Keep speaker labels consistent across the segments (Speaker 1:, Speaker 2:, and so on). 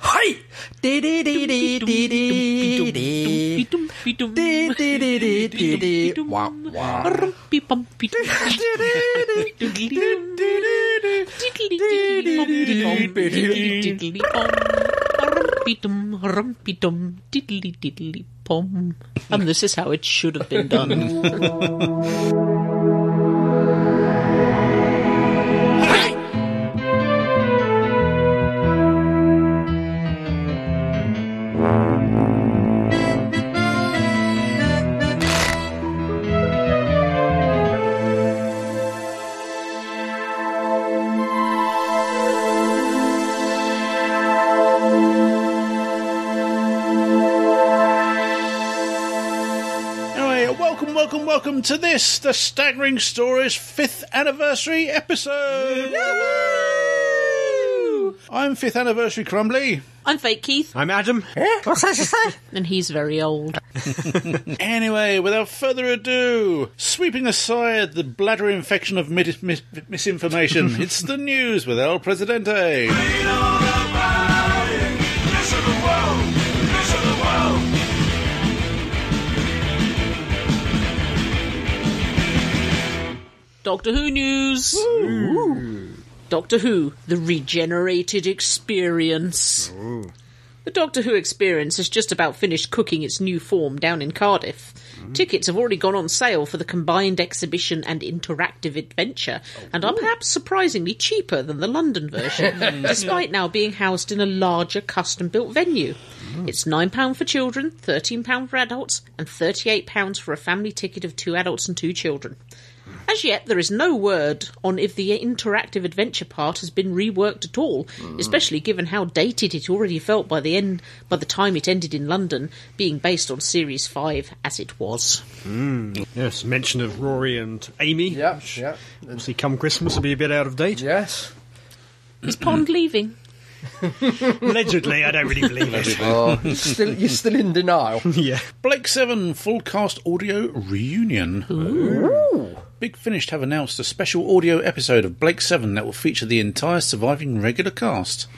Speaker 1: はいででででででででででででででわわ
Speaker 2: And this is how it should have been done.
Speaker 3: Anyway, welcome, welcome, welcome to this, the Staggering Stories fifth anniversary episode. I'm fifth anniversary Crumbly,
Speaker 2: I'm fake Keith,
Speaker 4: I'm Adam.
Speaker 2: and he's very old.
Speaker 3: Anyway, without further ado, sweeping aside the bladder infection of mis- mis- misinformation, it's the news with El Presidente.
Speaker 2: Doctor Who news. Doctor Who, the regenerated experience. The Doctor Who experience has just about finished cooking its new form down in Cardiff. Tickets have already gone on sale for the combined exhibition and interactive adventure, and are perhaps surprisingly cheaper than the London version, despite now being housed in a larger custom built venue. It's £9 for children, £13 for adults, and £38 for a family ticket of two adults and two children. As yet, there is no word on if the interactive adventure part has been reworked at all, especially given how dated it already felt by the end by the time it ended in London, being based on Series Five as it was.
Speaker 4: Yes, mention of Rory and Amy.
Speaker 5: Yeah, yeah, and-
Speaker 4: Obviously, come Christmas will be a bit out of date.
Speaker 5: yes.
Speaker 2: Is Pond leaving?
Speaker 4: Allegedly, I don't really believe it.
Speaker 5: Oh, you're still, you're still in denial.
Speaker 4: yeah.
Speaker 3: Blake 7 full cast audio reunion. Big Finish have announced a special audio episode of Blake 7 that will feature the entire surviving regular cast,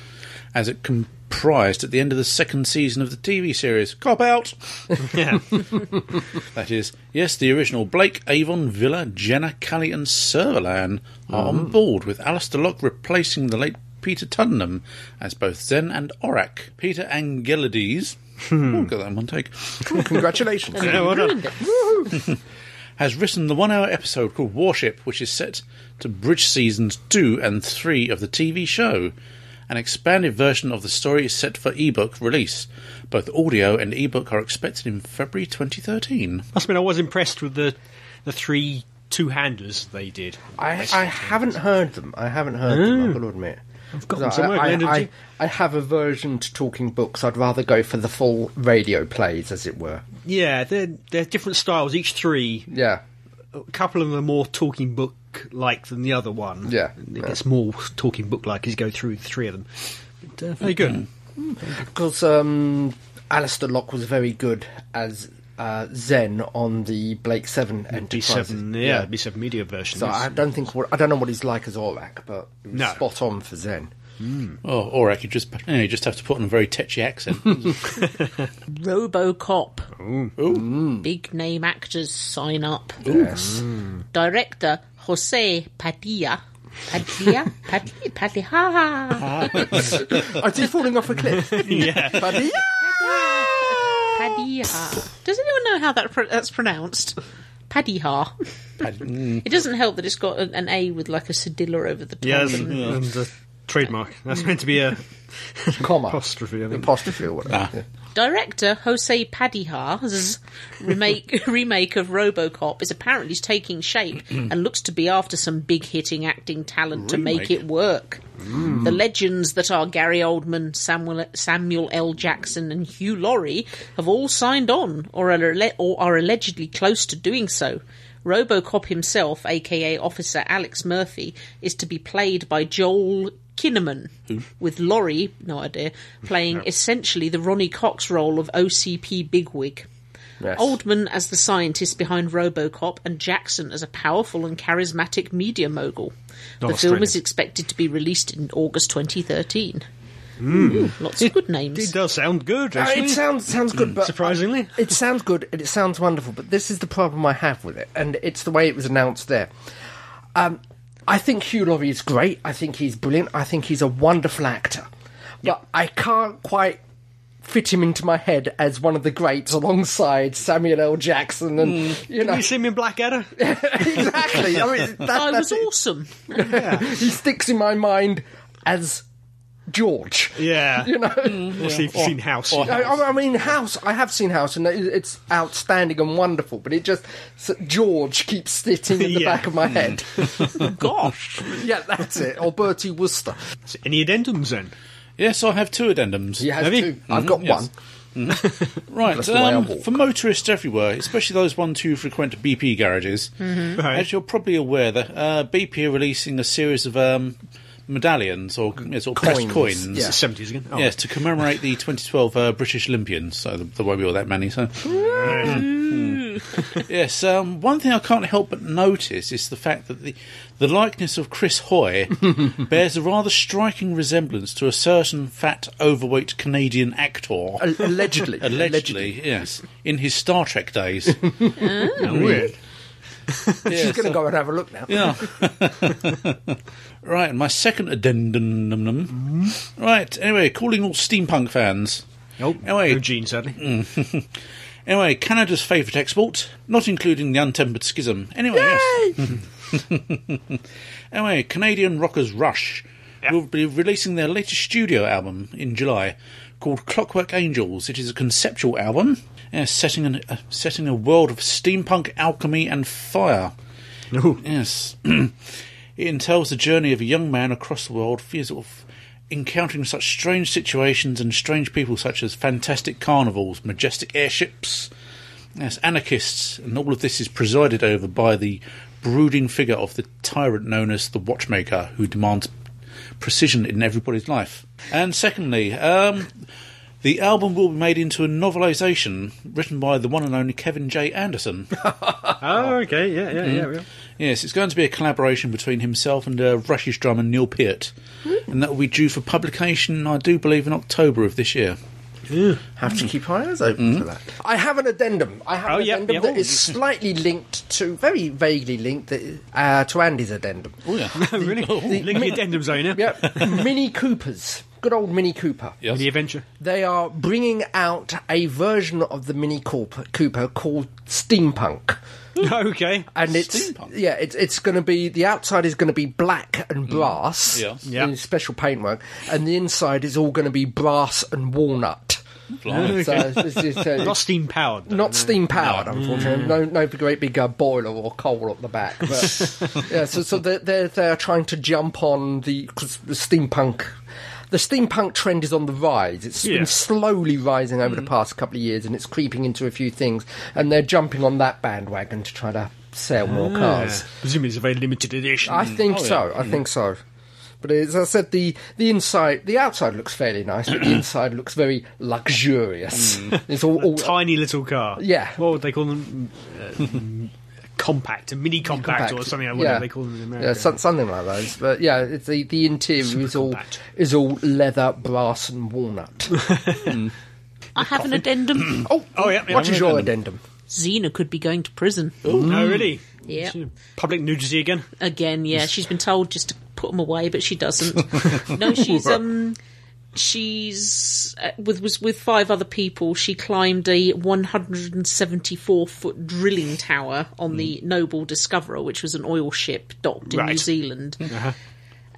Speaker 3: as it comprised at the end of the second season of the TV series. Cop out!
Speaker 4: Yeah.
Speaker 3: That is, yes, the original Blake, Avon, Villa, Jenna, Callie, and Servalan are on board, with Alistair Locke replacing the late Peter Tuddenham as both Zen and Orac. Peter Angelides. Oh, got that in one take.
Speaker 5: Congratulations.
Speaker 4: Yeah, well done.
Speaker 3: has written the one hour episode called Warship, which is set to bridge seasons 2 and 3 of the TV show. An expanded version of the story is set for ebook release. Both audio and ebook are expected in February 2013.
Speaker 4: Must mean I was impressed with the the three two handers they did.
Speaker 5: I, I haven't heard them. I haven't heard them, I've got to admit.
Speaker 4: I've got them
Speaker 5: I-
Speaker 4: somewhere,
Speaker 5: I,
Speaker 4: Glenn, didn't
Speaker 5: I-
Speaker 4: you?
Speaker 5: I have aversion to talking books. I'd rather go for the full radio plays, as it were.
Speaker 4: Yeah, they're they're different styles. Each three,
Speaker 5: Yeah.
Speaker 4: a couple of them are more talking book like than the other one.
Speaker 5: Yeah.
Speaker 4: it gets more talking book like as you go through the three of them. But, uh, very good.
Speaker 5: Mm-hmm. Because um, Alistair Locke was very good as uh, Zen on the Blake 7
Speaker 4: B
Speaker 5: Enterprise.
Speaker 4: seven, yeah, B seven media version.
Speaker 5: So I don't think I don't know what he's like as Orac, but he was
Speaker 4: No.
Speaker 5: spot on for Zen.
Speaker 3: Oh, or I could just, you, know, you just have to put on a very tetchy accent.
Speaker 2: RoboCop. Big name actors sign up.
Speaker 5: Yes.
Speaker 2: Director Jose Padilla. Padilla, Padilla, Padilla. ha, ha.
Speaker 5: Oh, is he falling off a cliff?
Speaker 4: yeah,
Speaker 5: But he-
Speaker 2: Padilla. Does anyone know how that pro- that's pronounced? Padilla. it doesn't help that it's got an, an A with like a cedilla over the top.
Speaker 4: yeah, and,
Speaker 2: and-
Speaker 4: and the trademark.
Speaker 5: Mm.
Speaker 4: That's meant to be a
Speaker 5: comma.
Speaker 4: apostrophe. I think.
Speaker 5: Apostrophe or whatever. Yeah.
Speaker 2: Director Jose Padilha's remake remake of RoboCop is apparently taking shape and looks to be after some big hitting acting talent to make
Speaker 3: Remake.
Speaker 2: it work. The legends that are Gary Oldman, Samuel Samuel L. Jackson, and Hugh Laurie have all signed on, or are, alle- or are allegedly close to doing so. RoboCop himself, aka Officer Alex Murphy, is to be played by Joel Kinnaman, with Laurie, no idea, playing essentially the Ronnie Cox role of OCP Bigwig.
Speaker 5: Yes.
Speaker 2: Oldman as the scientist behind RoboCop, and Jackson as a powerful and charismatic media mogul. the film
Speaker 4: Australian.
Speaker 2: is expected to be released in August 2013. Ooh, lots of good names.
Speaker 4: It does sound good,
Speaker 5: Uh,
Speaker 4: actually.
Speaker 5: it sounds sounds good, but
Speaker 4: surprisingly.
Speaker 5: it sounds good and it sounds wonderful. But this is the problem I have with it, and it's the way it was announced there. Um, I think Hugh Laurie is great. I think he's brilliant. I think he's a wonderful actor, but I can't quite fit him into my head as one of the greats alongside Samuel L. Jackson and you
Speaker 4: Have
Speaker 5: know
Speaker 4: you seen me in Blackadder?
Speaker 5: Mm. exactly. I mean, that,
Speaker 2: I
Speaker 5: that's
Speaker 2: was
Speaker 5: it.
Speaker 2: awesome.
Speaker 5: He sticks in my mind as George.
Speaker 4: Yeah.
Speaker 5: You know.
Speaker 4: Or see if you've seen House.
Speaker 5: I, I- I mean, House. I have seen House, and it- it's outstanding and wonderful. But it just so George keeps sitting in the
Speaker 4: Yeah. Mm.
Speaker 5: back of my head.
Speaker 3: Gosh.
Speaker 5: yeah, that's it. Or Bertie Wooster.
Speaker 4: Any addendums then?
Speaker 3: Yes, I have two addendums.
Speaker 5: He has
Speaker 4: Have you? Mm,
Speaker 5: two. I've got
Speaker 3: yes.
Speaker 5: one.
Speaker 3: Right,
Speaker 5: That's the way I
Speaker 3: um,
Speaker 5: walk.
Speaker 3: for motorists everywhere, especially those ones who frequent BP garages,
Speaker 5: Mm-hmm.
Speaker 4: Right.
Speaker 3: as you're probably aware, that uh, BP are releasing a series of um, medallions or yeah, sort of pressed
Speaker 5: Coins,
Speaker 3: coins.
Speaker 5: yeah.
Speaker 4: It's the 70s again. Oh.
Speaker 3: Yes, to commemorate the 2012 uh, British Olympians. So th- there won't be all that many. So yes, um, one thing I can't help but notice is the fact that the the likeness of Chris Hoy bears a rather striking resemblance to a certain fat, overweight Canadian actor.
Speaker 5: Al- Allegedly.
Speaker 3: Allegedly, yes, in his Star Trek days.
Speaker 4: Weird.
Speaker 5: She's going to go and have a look now.
Speaker 3: Yeah. right, my second addendum. Right, anyway, calling all steampunk fans.
Speaker 4: Nope.
Speaker 5: Oh,
Speaker 3: Anyway.
Speaker 4: No Oh, Gene, sadly.
Speaker 5: Mm.
Speaker 3: Anyway, Canada's favourite export, not including the untempered schism. Anyway, yes. anyway, Canadian rockers Rush will be releasing their latest studio album in July called Clockwork Angels. It is a conceptual album uh, setting, an, uh, setting a world of steampunk alchemy and fire.
Speaker 4: No.
Speaker 3: Yes. it entails the journey of a young man across the world, for sort of encountering such strange situations and strange people such as fantastic carnivals, majestic airships, yes, anarchists, and all of this is presided over by the brooding figure of the tyrant known as the Watchmaker, who demands precision in everybody's life. And secondly, um, the album will be made into a novelisation written by the one and only Kevin J. Anderson.
Speaker 4: Oh, okay. Yeah, yeah,
Speaker 5: Mm-hmm.
Speaker 4: yeah, yeah.
Speaker 3: Yes, it's going to be a collaboration between himself and uh, Rush's drummer Neil Peart, and that will be due for publication, I do believe, in October of this year.
Speaker 5: Have to keep our eyes open for that. I have an addendum. I have
Speaker 4: Oh,
Speaker 5: an
Speaker 4: yep,
Speaker 5: addendum
Speaker 4: yep.
Speaker 5: that is slightly linked to, very vaguely linked uh, to Andy's addendum.
Speaker 3: Oh yeah,
Speaker 4: Really? Linking addendums, are you now?
Speaker 5: Yep. Mini Coopers. Good old Mini Cooper.
Speaker 3: yes.
Speaker 4: The adventure.
Speaker 5: They are bringing out a version of the Mini Corp- Cooper called Steampunk. Mm.
Speaker 4: okay.
Speaker 5: and it's
Speaker 3: Steampunk. Mm.
Speaker 5: yeah, it's it's going to be the outside is going to be black and brass,
Speaker 3: Yes.
Speaker 4: Yeah.
Speaker 5: in special paintwork, and the inside is all going to be brass and walnut.
Speaker 3: Blimey.
Speaker 5: So it's, it's, it's, uh,
Speaker 4: Not steam powered.
Speaker 5: not steam powered, unfortunately. No, no great big uh, boiler or coal at the back. But, yeah, so so they're, they're they're trying to jump on the, 'cause the steampunk. The steampunk trend is on the rise. It's
Speaker 4: Yeah.
Speaker 5: been slowly rising over the past couple of years, and it's creeping into a few things. And they're jumping on that bandwagon to try to sell more cars.
Speaker 4: Presumably it's a very limited edition.
Speaker 5: I think
Speaker 3: Oh,
Speaker 5: so.
Speaker 3: yeah.
Speaker 5: I think so. But as I said, the, the inside, the outside looks fairly nice, but the inside looks very luxurious. It's all, all
Speaker 4: Tiny little car.
Speaker 5: Yeah.
Speaker 4: What would they call them? Uh, compact, a mini compact, or something. I wonder
Speaker 5: yeah.
Speaker 4: what they call them in America.
Speaker 5: Yeah, so- something like those. But yeah, it's the the interior is all
Speaker 4: compact.
Speaker 5: is all leather, brass, and walnut.
Speaker 2: I have an addendum.
Speaker 5: oh,
Speaker 4: Oh, yeah, yeah.
Speaker 5: What is your addendum?
Speaker 2: Xena could be going to prison.
Speaker 4: Oh, really?
Speaker 2: Yeah.
Speaker 4: Public nudity again?
Speaker 2: Again, yeah, she's been told just to put them away, but she doesn't. no, she's um, she's uh, with was with five other people. She climbed a 174 foot drilling tower on the Noble Discoverer, which was an oil ship docked in New
Speaker 4: Mm. Right. Uh-huh.
Speaker 2: Zealand,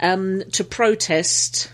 Speaker 2: um, to protest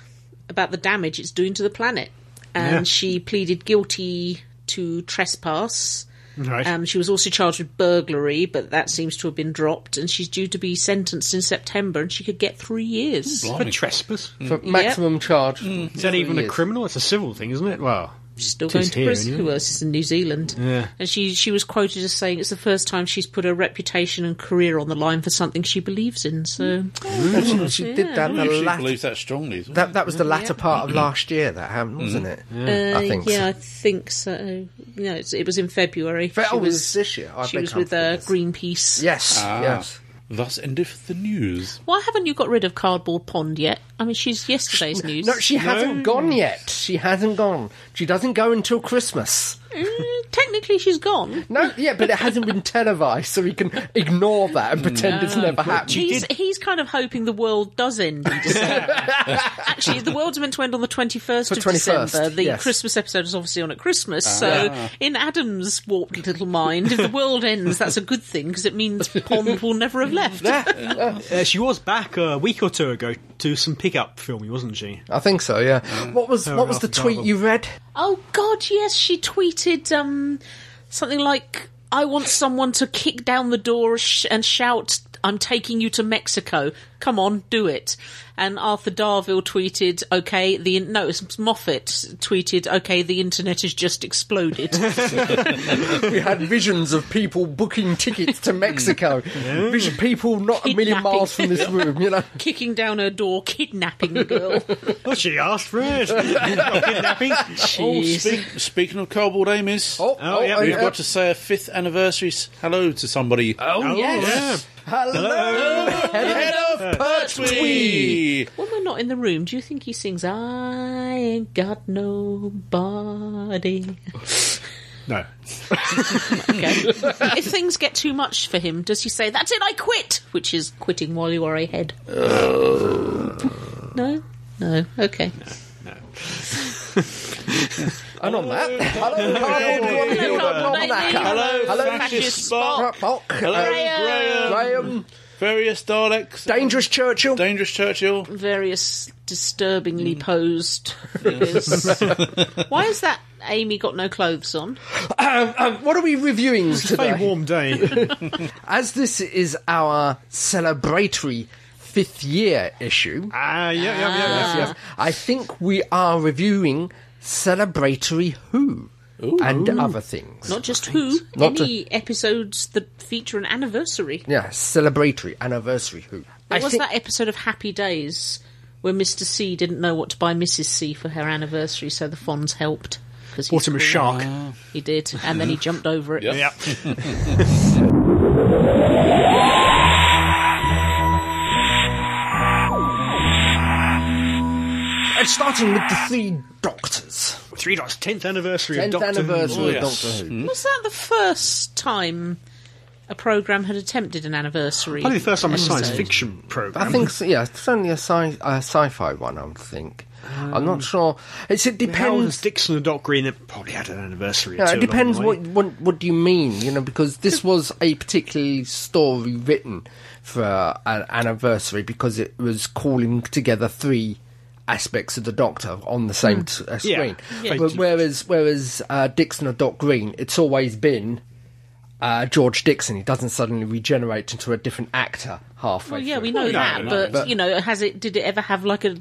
Speaker 2: about the damage it's doing to the planet, and
Speaker 4: Yeah.
Speaker 2: she pleaded guilty to trespass.
Speaker 4: Right.
Speaker 2: Um, she was also charged with burglary, but that seems to have been dropped, and she's due to be sentenced in September, and she could get three years.
Speaker 4: for trespass.
Speaker 2: Mm.
Speaker 5: For maximum charge.
Speaker 4: Is that even a criminal? It's a civil thing, isn't it? Well,
Speaker 2: still
Speaker 4: It
Speaker 2: going
Speaker 4: is
Speaker 2: to
Speaker 4: here,
Speaker 2: prison.
Speaker 4: anyway.
Speaker 2: Who else is in New Zealand?
Speaker 4: Yeah.
Speaker 2: And she she was quoted as saying it's the first time she's put her reputation and career on the line for something she believes in. So
Speaker 5: Hmm. She did that the
Speaker 3: Well, if she
Speaker 5: lat-
Speaker 3: believes that strongly. isn't
Speaker 5: that, that was the latter part of last year that happened, wasn't
Speaker 4: Mm.
Speaker 5: it?
Speaker 2: Uh,
Speaker 5: I think
Speaker 2: Mm, yeah,
Speaker 5: so.
Speaker 2: I think so. No, it's, it was in February.
Speaker 5: Fe-
Speaker 2: she
Speaker 5: oh, it
Speaker 2: was,
Speaker 5: was this year. I
Speaker 2: she
Speaker 5: beg
Speaker 2: was
Speaker 5: your
Speaker 2: with uh,
Speaker 5: forgiveness.
Speaker 2: Greenpeace.
Speaker 5: Yes,
Speaker 3: it? Ah,
Speaker 5: yes.
Speaker 3: Thus endeth the news.
Speaker 2: Why haven't you got rid of Cardboard Pond yet? I mean, she's yesterday's news.
Speaker 5: No, she hasn't gone yet. She hasn't gone. She doesn't go until Christmas.
Speaker 2: Mm, technically, she's gone.
Speaker 5: No, yeah, but it hasn't been televised, so we can ignore that and pretend it's never happened.
Speaker 2: He's, he's kind of hoping the world does end in December. Actually, the world's meant to end on the 21st
Speaker 5: The
Speaker 2: of
Speaker 5: 21st,
Speaker 2: December. The
Speaker 5: yes.
Speaker 2: Christmas episode is obviously on at Christmas. so, in Adam's warped little mind, if the world ends, that's a good thing because it means Pond will never have left.
Speaker 4: Uh, she was back a week or two ago to some pickup filming, wasn't she?
Speaker 5: I think so. Yeah. What was what was the
Speaker 4: Paragraph
Speaker 5: tweet
Speaker 4: above.
Speaker 5: you read?
Speaker 2: Oh God, yes, she tweeted um, something like, "I want someone to kick down the door sh- and shout." I'm taking you to Mexico. Come on, do it. And Arthur Darville tweeted, okay, the, in- no, it's Moffat tweeted, okay, the internet has just exploded.
Speaker 5: We had visions of people booking tickets to Mexico. Vision people not a million
Speaker 2: Kidnapping.
Speaker 5: miles from this room. You know.
Speaker 2: Kicking down her door, kidnapping the girl.
Speaker 4: Well, Oh, she asked for it. Not kidnapping.
Speaker 3: Oh,
Speaker 2: Jeez.
Speaker 3: speak, speaking of cardboard Amos,
Speaker 5: Oh,
Speaker 4: Oh, yeah,
Speaker 3: we've
Speaker 4: yeah.
Speaker 3: got to say a fifth anniversary s- hello to somebody.
Speaker 4: Oh,
Speaker 5: yes. Hello,
Speaker 4: Hello.
Speaker 5: head of Pertwee.
Speaker 3: Pertwee!
Speaker 2: When we're not in the room, do you think he sings, I ain't got nobody?
Speaker 4: No.
Speaker 2: Okay. if things get too much for him, does he say, "That's it, I quit," which is quitting while you are ahead?
Speaker 4: Oh.
Speaker 2: no, no. Okay.
Speaker 5: And on that, hello, cardboard.
Speaker 2: Hello,
Speaker 5: Hello,
Speaker 2: Cardboard
Speaker 5: Knocker.
Speaker 2: Hello,
Speaker 3: Hello,
Speaker 2: fascist
Speaker 3: fascist Spock!
Speaker 5: Hello, Bulk.
Speaker 3: Hello,
Speaker 2: Graham.
Speaker 3: Graham.
Speaker 5: Graham.
Speaker 3: Various Daleks.
Speaker 5: Dangerous Churchill.
Speaker 3: Dangerous Churchill.
Speaker 2: Various disturbingly
Speaker 4: Mm.
Speaker 2: posed figures. Why has that Amy got no clothes on?
Speaker 5: Um, um, what are we reviewing today?
Speaker 4: Very warm day.
Speaker 5: As this is our celebratory fifth year issue,
Speaker 4: Ah, yeah, yeah, yeah. yeah.
Speaker 5: yes, Uh-huh. I think we are reviewing celebratory Who and other things.
Speaker 2: Not just who,
Speaker 5: Not
Speaker 2: any episodes that feature an anniversary.
Speaker 5: yeah, celebratory anniversary Who.
Speaker 2: There
Speaker 5: I
Speaker 2: was
Speaker 5: think
Speaker 2: that episode of Happy Days where Mr. C didn't know what to buy Mrs. C for her anniversary, so the Fonz helped. 'cause he's
Speaker 4: Bought him a
Speaker 2: cool.
Speaker 4: shark.
Speaker 2: He did, and then he jumped over it.
Speaker 4: Yeah.
Speaker 5: and starting with the three Doctors,
Speaker 4: Three dots. Tenth anniversary
Speaker 5: tenth
Speaker 4: of Doctor Who.
Speaker 5: anniversary
Speaker 3: Oh,
Speaker 5: of
Speaker 3: yes.
Speaker 5: Doctor Who.
Speaker 2: Was that the first time a program had attempted an anniversary?
Speaker 4: Probably the first time a science
Speaker 2: episode?
Speaker 4: fiction program.
Speaker 5: I think so, yeah, it's only a sci a sci-fi one. I would think. I'm not sure. It's it
Speaker 4: Howland's
Speaker 5: depends.
Speaker 4: Dixon and Doc Green it probably had an anniversary. or
Speaker 5: Yeah,
Speaker 4: two
Speaker 5: Uh, it depends
Speaker 4: along the way.
Speaker 5: what, what what do you mean, you know, because this was a particularly story written for uh, an anniversary because it was calling together three aspects of the Doctor on the same
Speaker 2: Mm.
Speaker 5: t- uh,
Speaker 4: Yeah.
Speaker 5: screen.
Speaker 4: Yeah.
Speaker 5: But whereas whereas uh, Dixon or Doc Green, it's always been uh, George Dixon. He doesn't suddenly regenerate into a different actor halfway.
Speaker 2: Well, yeah,
Speaker 5: through.
Speaker 2: we know that,
Speaker 3: no,
Speaker 2: but,
Speaker 5: but-
Speaker 2: you know, has it? Did it ever have like a?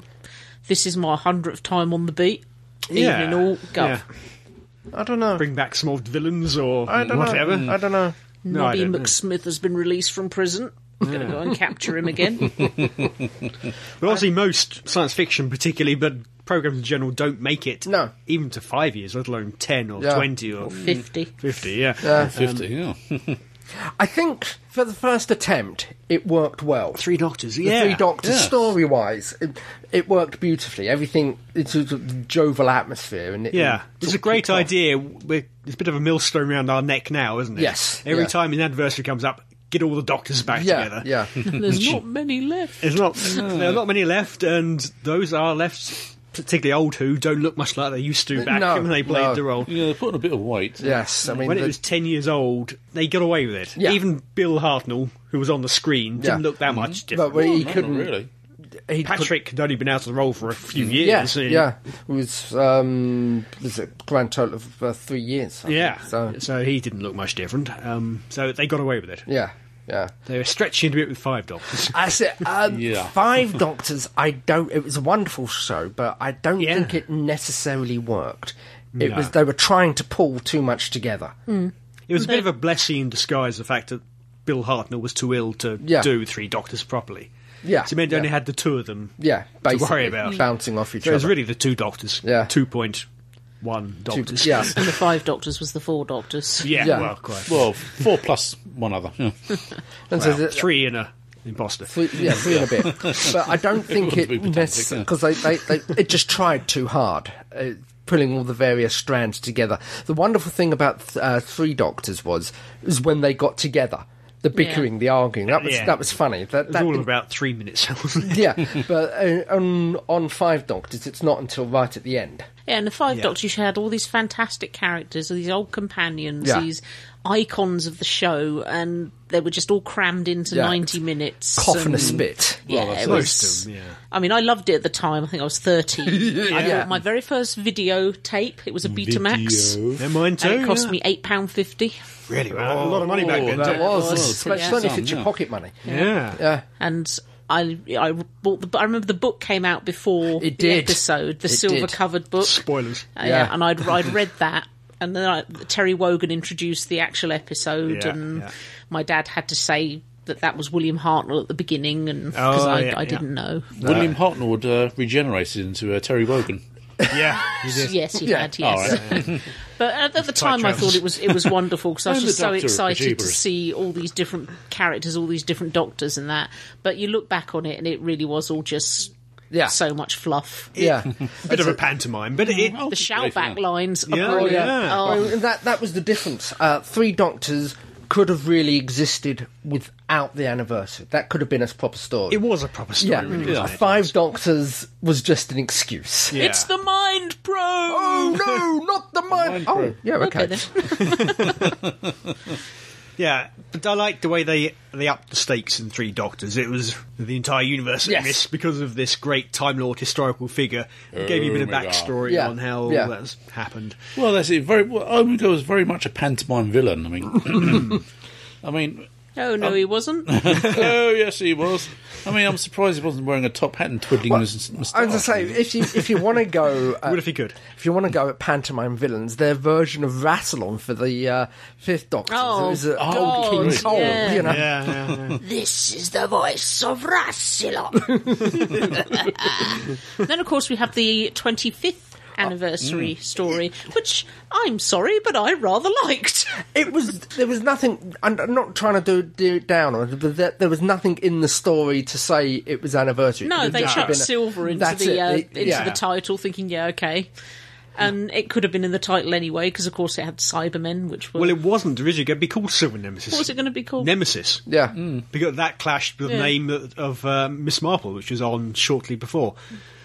Speaker 2: This is my hundredth time on the beat.
Speaker 4: Yeah.
Speaker 2: Evening all guff.
Speaker 4: Yeah.
Speaker 5: I don't know.
Speaker 4: Bring back some old villains or
Speaker 5: I don't
Speaker 4: whatever.
Speaker 5: know. Mm. I don't know.
Speaker 4: No, I
Speaker 2: Nobby
Speaker 4: don't know.
Speaker 2: McSmith has been released from prison. Gonna go and capture him again.
Speaker 4: But obviously, most science fiction, particularly, but programs in general, don't make it.
Speaker 5: No.
Speaker 4: even to five years, let alone ten or
Speaker 5: Yeah.
Speaker 4: twenty or
Speaker 2: Fifty.
Speaker 4: fifty. Yeah,
Speaker 3: Fifty. yeah.
Speaker 5: I think for the first attempt, it worked well.
Speaker 4: three doctors.
Speaker 5: the
Speaker 4: Yeah,
Speaker 5: three doctors
Speaker 3: yeah.
Speaker 5: story wise it, it worked beautifully everything it's a sort of jovial atmosphere and it,
Speaker 4: Yeah,
Speaker 5: it
Speaker 4: it's
Speaker 5: sort
Speaker 4: a
Speaker 5: of
Speaker 4: great
Speaker 5: kicked off.
Speaker 4: idea. We're, it's a bit of a millstone around our neck now, isn't it?
Speaker 5: Yes,
Speaker 4: Every
Speaker 5: yeah.
Speaker 4: time an adversary comes up, get all the doctors back
Speaker 5: yeah
Speaker 4: together.
Speaker 5: yeah
Speaker 2: There's not many left.
Speaker 4: There's not there are not many left, and those are left, particularly old who don't look much like they used to back
Speaker 5: No,
Speaker 4: when they played
Speaker 5: no.
Speaker 4: the role.
Speaker 3: Yeah, they're putting a bit of weight.
Speaker 5: yes i mean
Speaker 4: when
Speaker 5: the-
Speaker 4: it was 10 years old, they got away with it.
Speaker 5: Yeah.
Speaker 4: Even Bill Hartnell, who was on the screen, didn't
Speaker 5: Yeah. Mm-hmm.
Speaker 4: look that much
Speaker 5: but
Speaker 4: different.
Speaker 5: where he
Speaker 3: No, not
Speaker 5: couldn't
Speaker 3: really.
Speaker 5: he could,
Speaker 4: Patrick had only been out of the role for a few
Speaker 5: yeah
Speaker 4: years. and-
Speaker 5: Mm-hmm. yeah it was um was a grand total of uh, three years I
Speaker 4: Yeah.
Speaker 5: think.
Speaker 4: So.
Speaker 5: so
Speaker 4: he didn't look much different. Um, so they got away with it.
Speaker 5: yeah yeah
Speaker 4: They were stretching it a bit with five doctors.
Speaker 5: I said um,
Speaker 3: Yeah.
Speaker 5: Five Doctors. I don't. It was a wonderful show, but I don't
Speaker 4: Yeah.
Speaker 5: think it necessarily worked. It was they were trying to pull too much together.
Speaker 4: It was a bit of a blessing in disguise, the fact that Bill Hartnell was too ill to
Speaker 5: Yeah.
Speaker 4: do Three Doctors properly.
Speaker 5: Yeah,
Speaker 4: So it meant they
Speaker 5: yeah.
Speaker 4: only had the two of them.
Speaker 5: Yeah,
Speaker 4: worry
Speaker 5: basically
Speaker 4: about.
Speaker 5: bouncing off each
Speaker 4: So it was
Speaker 5: other.
Speaker 4: really the two Doctors.
Speaker 5: Yeah.
Speaker 4: 2.1 Doctors.
Speaker 5: yeah,
Speaker 2: And the five doctors was the four doctors.
Speaker 4: yeah,
Speaker 5: Yeah.
Speaker 4: well, quite.
Speaker 3: Well, four plus one other. Yeah.
Speaker 5: and so
Speaker 4: Well,
Speaker 5: the-
Speaker 4: three and a imposter.
Speaker 5: Three, yeah, three and a bit. But I don't think
Speaker 3: wouldn't
Speaker 5: it
Speaker 3: be pedantic,
Speaker 5: necessarily
Speaker 3: yeah.
Speaker 5: because they, they, they it just tried too hard, uh, pulling all the various strands together. The wonderful thing about th- uh, Three Doctors was was when they got together, the bickering, the arguing. That was
Speaker 4: Yeah.
Speaker 5: that was funny. That,
Speaker 4: It was
Speaker 5: that
Speaker 4: all
Speaker 5: didn't-
Speaker 4: about three minutes, wasn't it?
Speaker 5: yeah, but uh, on on Five Doctors, it's not until right at the end.
Speaker 2: Yeah, and the Five
Speaker 4: Yeah.
Speaker 2: Doctors you had all these fantastic characters, these old companions,
Speaker 5: Yeah.
Speaker 2: these icons of the show, and they were just all crammed into
Speaker 5: Yeah.
Speaker 2: ninety minutes.
Speaker 5: Cough and a
Speaker 2: and-
Speaker 5: spit.
Speaker 2: Yeah, it was.
Speaker 4: them, yeah.
Speaker 2: I mean, I loved it at the time. I think I was thirteen. I
Speaker 5: Yeah.
Speaker 2: bought my very first videotape. It was a Betamax.
Speaker 4: Never mind, too.
Speaker 2: And it cost
Speaker 4: yeah.
Speaker 2: me eight pound fifty,
Speaker 4: Really? Well, a lot of money back then.
Speaker 5: That
Speaker 4: too.
Speaker 5: was,
Speaker 2: was. Yeah.
Speaker 5: especially if it's your
Speaker 3: Yeah.
Speaker 5: pocket money.
Speaker 4: Yeah.
Speaker 5: Yeah,
Speaker 2: and I I bought the. I remember the book came out before
Speaker 5: It
Speaker 2: the
Speaker 5: did.
Speaker 2: episode, the
Speaker 5: It did.
Speaker 2: silver covered book.
Speaker 4: Spoilers.
Speaker 2: Uh,
Speaker 5: Yeah.
Speaker 2: yeah, and I'd I'd read that, and then I, Terry Wogan introduced the actual episode,
Speaker 4: Yeah,
Speaker 2: and
Speaker 4: yeah.
Speaker 2: my dad had to say that that was William Hartnell at the beginning, and because
Speaker 4: Oh,
Speaker 2: I,
Speaker 4: yeah,
Speaker 2: I
Speaker 4: yeah.
Speaker 2: didn't know.
Speaker 3: William Hartnell would uh, regenerated into uh, Terry Wogan.
Speaker 4: Yeah. you did.
Speaker 2: Yes, he
Speaker 5: Yeah.
Speaker 2: had. Yes, but at, at the time, I
Speaker 4: trousers.
Speaker 2: thought it was it was wonderful because I was
Speaker 3: And
Speaker 2: just
Speaker 3: the
Speaker 2: so
Speaker 3: Doctor,
Speaker 2: excited to
Speaker 3: bejeebers.
Speaker 2: see all these different characters, all these different doctors, and that. But you look back on it, and it really was all just
Speaker 5: yeah,
Speaker 2: so much fluff.
Speaker 5: yeah.
Speaker 4: Bit of a pantomime, but it.
Speaker 2: The
Speaker 3: great,
Speaker 2: shoutback
Speaker 3: yeah.
Speaker 2: lines are
Speaker 4: Yeah,
Speaker 2: brilliant.
Speaker 4: yeah.
Speaker 2: Oh,
Speaker 5: I mean, that that was the difference. Uh, Three Doctors could have really existed without the anniversary. That could have been a proper story.
Speaker 4: It was a proper story,
Speaker 5: yeah,
Speaker 4: really, wasn't it?
Speaker 5: Five Doctors was just an excuse.
Speaker 4: Yeah.
Speaker 2: It's the mind probe.
Speaker 5: Oh no, not the mind.
Speaker 3: Mind
Speaker 5: Oh
Speaker 3: probe.
Speaker 5: yeah, okay.
Speaker 2: then.
Speaker 4: Yeah, but I like the way they they upped the stakes in Three Doctors. It was the entire universe
Speaker 5: Yes.
Speaker 4: at risk because of this great Time Lord historical figure. It gave you a bit of
Speaker 3: Oh my God.
Speaker 4: backstory
Speaker 5: Yeah,
Speaker 4: on how
Speaker 5: yeah.
Speaker 4: that's happened.
Speaker 3: Well, that's it. Very well, Omega was very much a pantomime villain. I mean, I mean,
Speaker 2: Oh no, he wasn't.
Speaker 3: oh yes, he was. I mean, I'm surprised he wasn't wearing a top hat and twiddling his
Speaker 5: I
Speaker 3: moustache.
Speaker 5: was gonna say, if you if you want to go, uh,
Speaker 4: What if he could?
Speaker 5: if you want to go at pantomime villains, their version of Rassilon for the uh, Fifth Doctor
Speaker 2: Oh,
Speaker 5: was uh,
Speaker 2: God,
Speaker 5: Old King Cole.
Speaker 2: yeah.
Speaker 5: You know,
Speaker 4: Yeah, yeah, yeah.
Speaker 2: This is the voice of Rassilon. then, of course, we have the 25th anniversary story, which I'm sorry, but I rather liked.
Speaker 5: it was there was nothing. I'm I'm not trying to do, do it down on it, but there, there was nothing in the story to say it was anniversary.
Speaker 2: No,
Speaker 5: It
Speaker 2: they
Speaker 5: just
Speaker 2: chucked
Speaker 5: been a-
Speaker 2: silver into
Speaker 5: That's
Speaker 2: the
Speaker 5: it.
Speaker 2: uh,
Speaker 5: They-
Speaker 2: into
Speaker 5: yeah.
Speaker 2: the title, thinking, yeah, okay. And it could have been in the title anyway, because of course it had Cybermen, which were
Speaker 4: Well, it wasn't originally going to be called Silver Nemesis.
Speaker 2: what was it going to be called?
Speaker 4: Nemesis.
Speaker 5: Yeah,
Speaker 4: Because that clashed with the
Speaker 2: Yeah.
Speaker 4: name of uh, Miss Marple, which was on shortly before.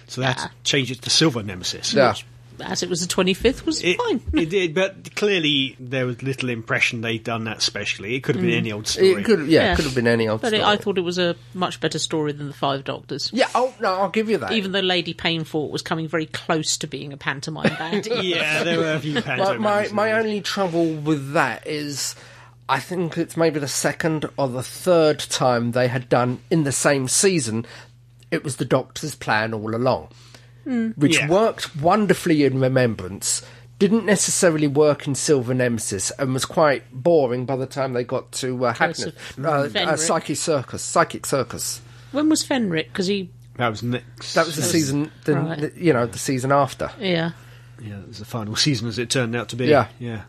Speaker 4: So they had to change it to Silver Nemesis.
Speaker 5: Ah. yeah,
Speaker 2: As it was the 25th, was
Speaker 4: It,
Speaker 2: fine.
Speaker 4: it did, but clearly there was little impression they'd done that specially. It could have been
Speaker 2: Mm.
Speaker 4: any old story.
Speaker 5: it could, yeah,
Speaker 2: Yeah.
Speaker 5: it could have been any old
Speaker 2: But
Speaker 5: story.
Speaker 2: it, I thought it was a much better story than the Five Doctors.
Speaker 5: yeah, oh no, I'll give you that.
Speaker 2: Even though Lady Painfort was coming very close to being a pantomime bandit.
Speaker 4: Yeah, there were a few
Speaker 5: my my,
Speaker 4: pantomimes.
Speaker 5: my only trouble with that is I think it's maybe the second or the third time they had done in the same season. It was the Doctor's plan all along,
Speaker 2: Hmm.
Speaker 5: which
Speaker 4: Yeah.
Speaker 5: worked wonderfully in Remembrance. Didn't necessarily work in Silver Nemesis and was quite boring by the time they got to uh,
Speaker 2: Curse
Speaker 5: Happiness,
Speaker 2: of
Speaker 5: uh, uh,
Speaker 2: Fenric.
Speaker 5: Psychic Circus. Psychic Circus.
Speaker 2: when was Fenric? Because he,
Speaker 4: That was next.
Speaker 5: That was the season, the,
Speaker 2: right.
Speaker 5: the- you know, the season after.
Speaker 2: yeah,
Speaker 4: Yeah, it was the final season as it turned out to be.
Speaker 5: Yeah.
Speaker 4: yeah.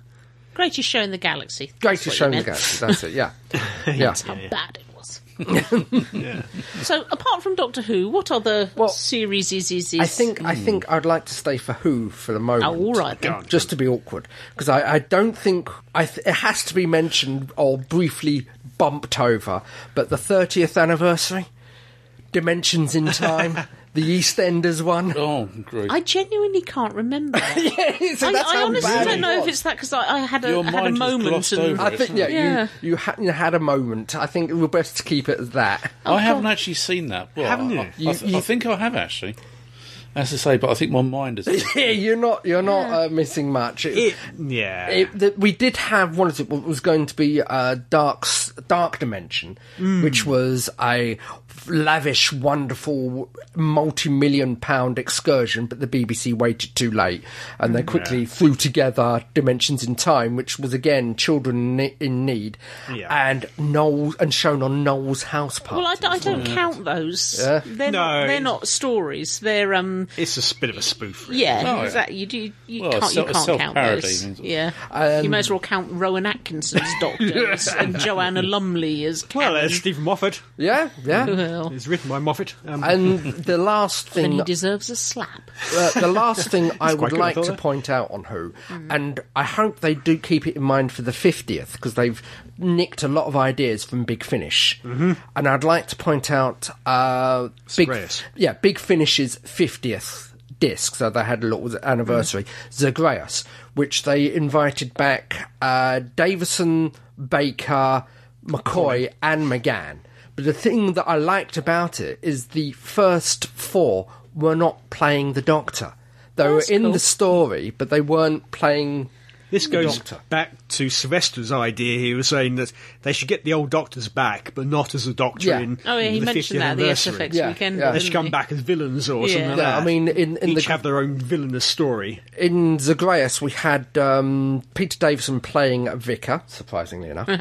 Speaker 2: greatest show in the galaxy. That's
Speaker 5: Greatest
Speaker 2: what
Speaker 5: show
Speaker 2: you
Speaker 5: in the
Speaker 2: meant.
Speaker 5: galaxy. That's it. Yeah, yeah.
Speaker 2: That's how bad it was. So, apart from Doctor Who, what other series is is? is-
Speaker 5: I think I think I'd like to stay for Who for the moment.
Speaker 2: mm. Oh, all right then.
Speaker 5: Just to be awkward, because I, I don't think I th- it has to be mentioned or briefly bumped over. But the thirtieth anniversary, Dimensions in Time, the EastEnders one.
Speaker 3: Oh, great.
Speaker 2: I genuinely can't remember. that.
Speaker 5: So
Speaker 2: I,
Speaker 5: that's
Speaker 2: I
Speaker 5: how
Speaker 2: honestly
Speaker 5: bad
Speaker 2: don't
Speaker 5: it
Speaker 2: know
Speaker 5: was.
Speaker 2: if it's that because I, I had a
Speaker 3: Your
Speaker 2: I uh, had a
Speaker 3: mind has
Speaker 2: moment
Speaker 3: glossed
Speaker 2: and
Speaker 3: over
Speaker 5: I
Speaker 3: it.
Speaker 5: think yeah,
Speaker 2: Yeah.
Speaker 5: you you, ha- you had a moment. I think we're best to keep it at that.
Speaker 2: Oh,
Speaker 3: I haven't actually seen that. Well,
Speaker 4: Haven't you?
Speaker 3: I, I, I, th-
Speaker 5: You-
Speaker 3: I think I have actually. As I say, but I think my mind is.
Speaker 5: Yeah, you're not you're not uh, missing much. It-
Speaker 4: It, yeah.
Speaker 5: it, that we did have what is it what was going to be uh, dark S- dark dimension which was a lavish, wonderful, multi-million pound excursion, but the BBC waited too late, and they quickly threw together Dimensions in Time, which was again children ne- in need,
Speaker 4: Yeah.
Speaker 5: and Noel and shown on Noel's house party.
Speaker 2: Well, I, d- I don't count those. They're,
Speaker 4: No,
Speaker 2: not, they're
Speaker 4: it's-
Speaker 2: not stories. They're um,
Speaker 4: It's a bit of a spoof. Really.
Speaker 2: yeah,
Speaker 5: Oh,
Speaker 3: yeah.
Speaker 2: exactly. You do you
Speaker 3: Well,
Speaker 2: can't you
Speaker 3: self-
Speaker 2: can't count
Speaker 3: self-parody
Speaker 2: those.
Speaker 3: means-
Speaker 2: Yeah,
Speaker 4: Um,
Speaker 2: you may as well count Rowan Atkinson's doctors and Joanna Lumley as
Speaker 4: Well,
Speaker 2: Canon.
Speaker 4: there's Stephen Moffat.
Speaker 5: yeah, yeah.
Speaker 2: well,
Speaker 4: It's written by Moffat. Um,
Speaker 5: And the last
Speaker 2: then
Speaker 5: thing
Speaker 2: he deserves a slap.
Speaker 5: Uh, the last thing I would
Speaker 4: quite good,
Speaker 5: like
Speaker 4: I
Speaker 5: to
Speaker 4: thought.
Speaker 5: point out on Who, and I hope they do keep it in mind for the 50th, because they've nicked a lot of ideas from Big Finish. Mm-hmm. And I'd like to point out uh, Big,
Speaker 4: Zagreus.
Speaker 5: yeah, Big Finish's 50th disc, so they had a little anniversary, Zagreus, which they invited back uh, Davison, Baker, McCoy, and McGann. But the thing that I liked about it is the first four were not playing the Doctor. They were
Speaker 2: That's
Speaker 5: in
Speaker 2: cool.
Speaker 5: the story, but they weren't playing.
Speaker 4: this goes
Speaker 5: Doctor.
Speaker 4: back to Sylvester's idea. He was saying that they should get the old doctors back, but not as a doctor
Speaker 5: Yeah.
Speaker 4: in
Speaker 2: Oh yeah,
Speaker 4: in
Speaker 2: he
Speaker 4: the
Speaker 2: mentioned
Speaker 4: 50th
Speaker 2: that at the
Speaker 4: anniversary.
Speaker 2: SFX
Speaker 5: Yeah,
Speaker 2: weekend.
Speaker 5: yeah.
Speaker 4: They
Speaker 2: didn't
Speaker 4: should come
Speaker 2: he?
Speaker 4: back as villains or
Speaker 2: Yeah.
Speaker 4: something like
Speaker 5: Yeah, I
Speaker 4: that.
Speaker 5: mean, in- in
Speaker 4: each
Speaker 5: the-
Speaker 4: have their own villainous story.
Speaker 5: In Zagreus, we had um, Peter Davison playing a vicar, surprisingly enough. uh,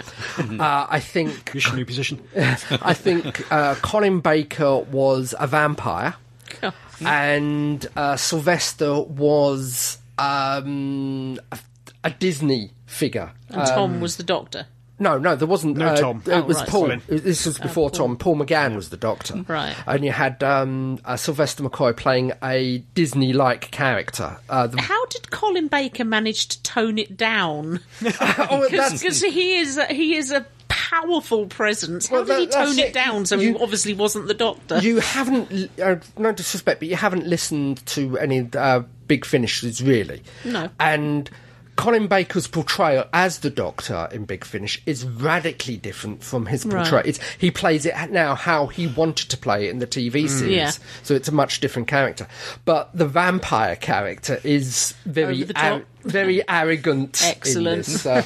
Speaker 5: I think
Speaker 4: Missionary position.
Speaker 5: I think uh, Colin Baker was a vampire,
Speaker 2: Oh,
Speaker 5: and uh, Sylvester was um, a, a Disney figure.
Speaker 2: And Tom
Speaker 4: Um,
Speaker 2: was the doctor.
Speaker 5: No, no, there wasn't.
Speaker 4: No
Speaker 5: uh,
Speaker 4: Tom.
Speaker 5: It
Speaker 4: Oh,
Speaker 5: was
Speaker 2: right,
Speaker 5: Paul.
Speaker 4: sorry.
Speaker 5: It- This was before Tom. Paul McGann was the Doctor.
Speaker 2: Right.
Speaker 5: And you had um, uh, Sylvester McCoy playing a Disney-like character. Uh, the,
Speaker 2: How did Colin Baker manage to tone it down?
Speaker 5: oh, that's
Speaker 2: Because he is he is a powerful presence. How
Speaker 5: Well,
Speaker 2: did he
Speaker 5: that- that's
Speaker 2: tone
Speaker 5: it.
Speaker 2: it down so he
Speaker 5: You-
Speaker 2: obviously wasn't the doctor?
Speaker 5: you haven't uh, no disrespect but you haven't listened to any uh, big finishes really
Speaker 2: No.
Speaker 5: and colin baker's portrayal as the doctor in big finish is radically different from his
Speaker 2: Right.
Speaker 5: portrayal it's, he plays it now how he wanted to play it in the tv series
Speaker 2: Mm. Yeah.
Speaker 5: so it's a much different character but the vampire character is very
Speaker 2: Over the
Speaker 5: ar-
Speaker 2: top.
Speaker 5: very arrogant in
Speaker 2: Excellent.
Speaker 5: this, uh,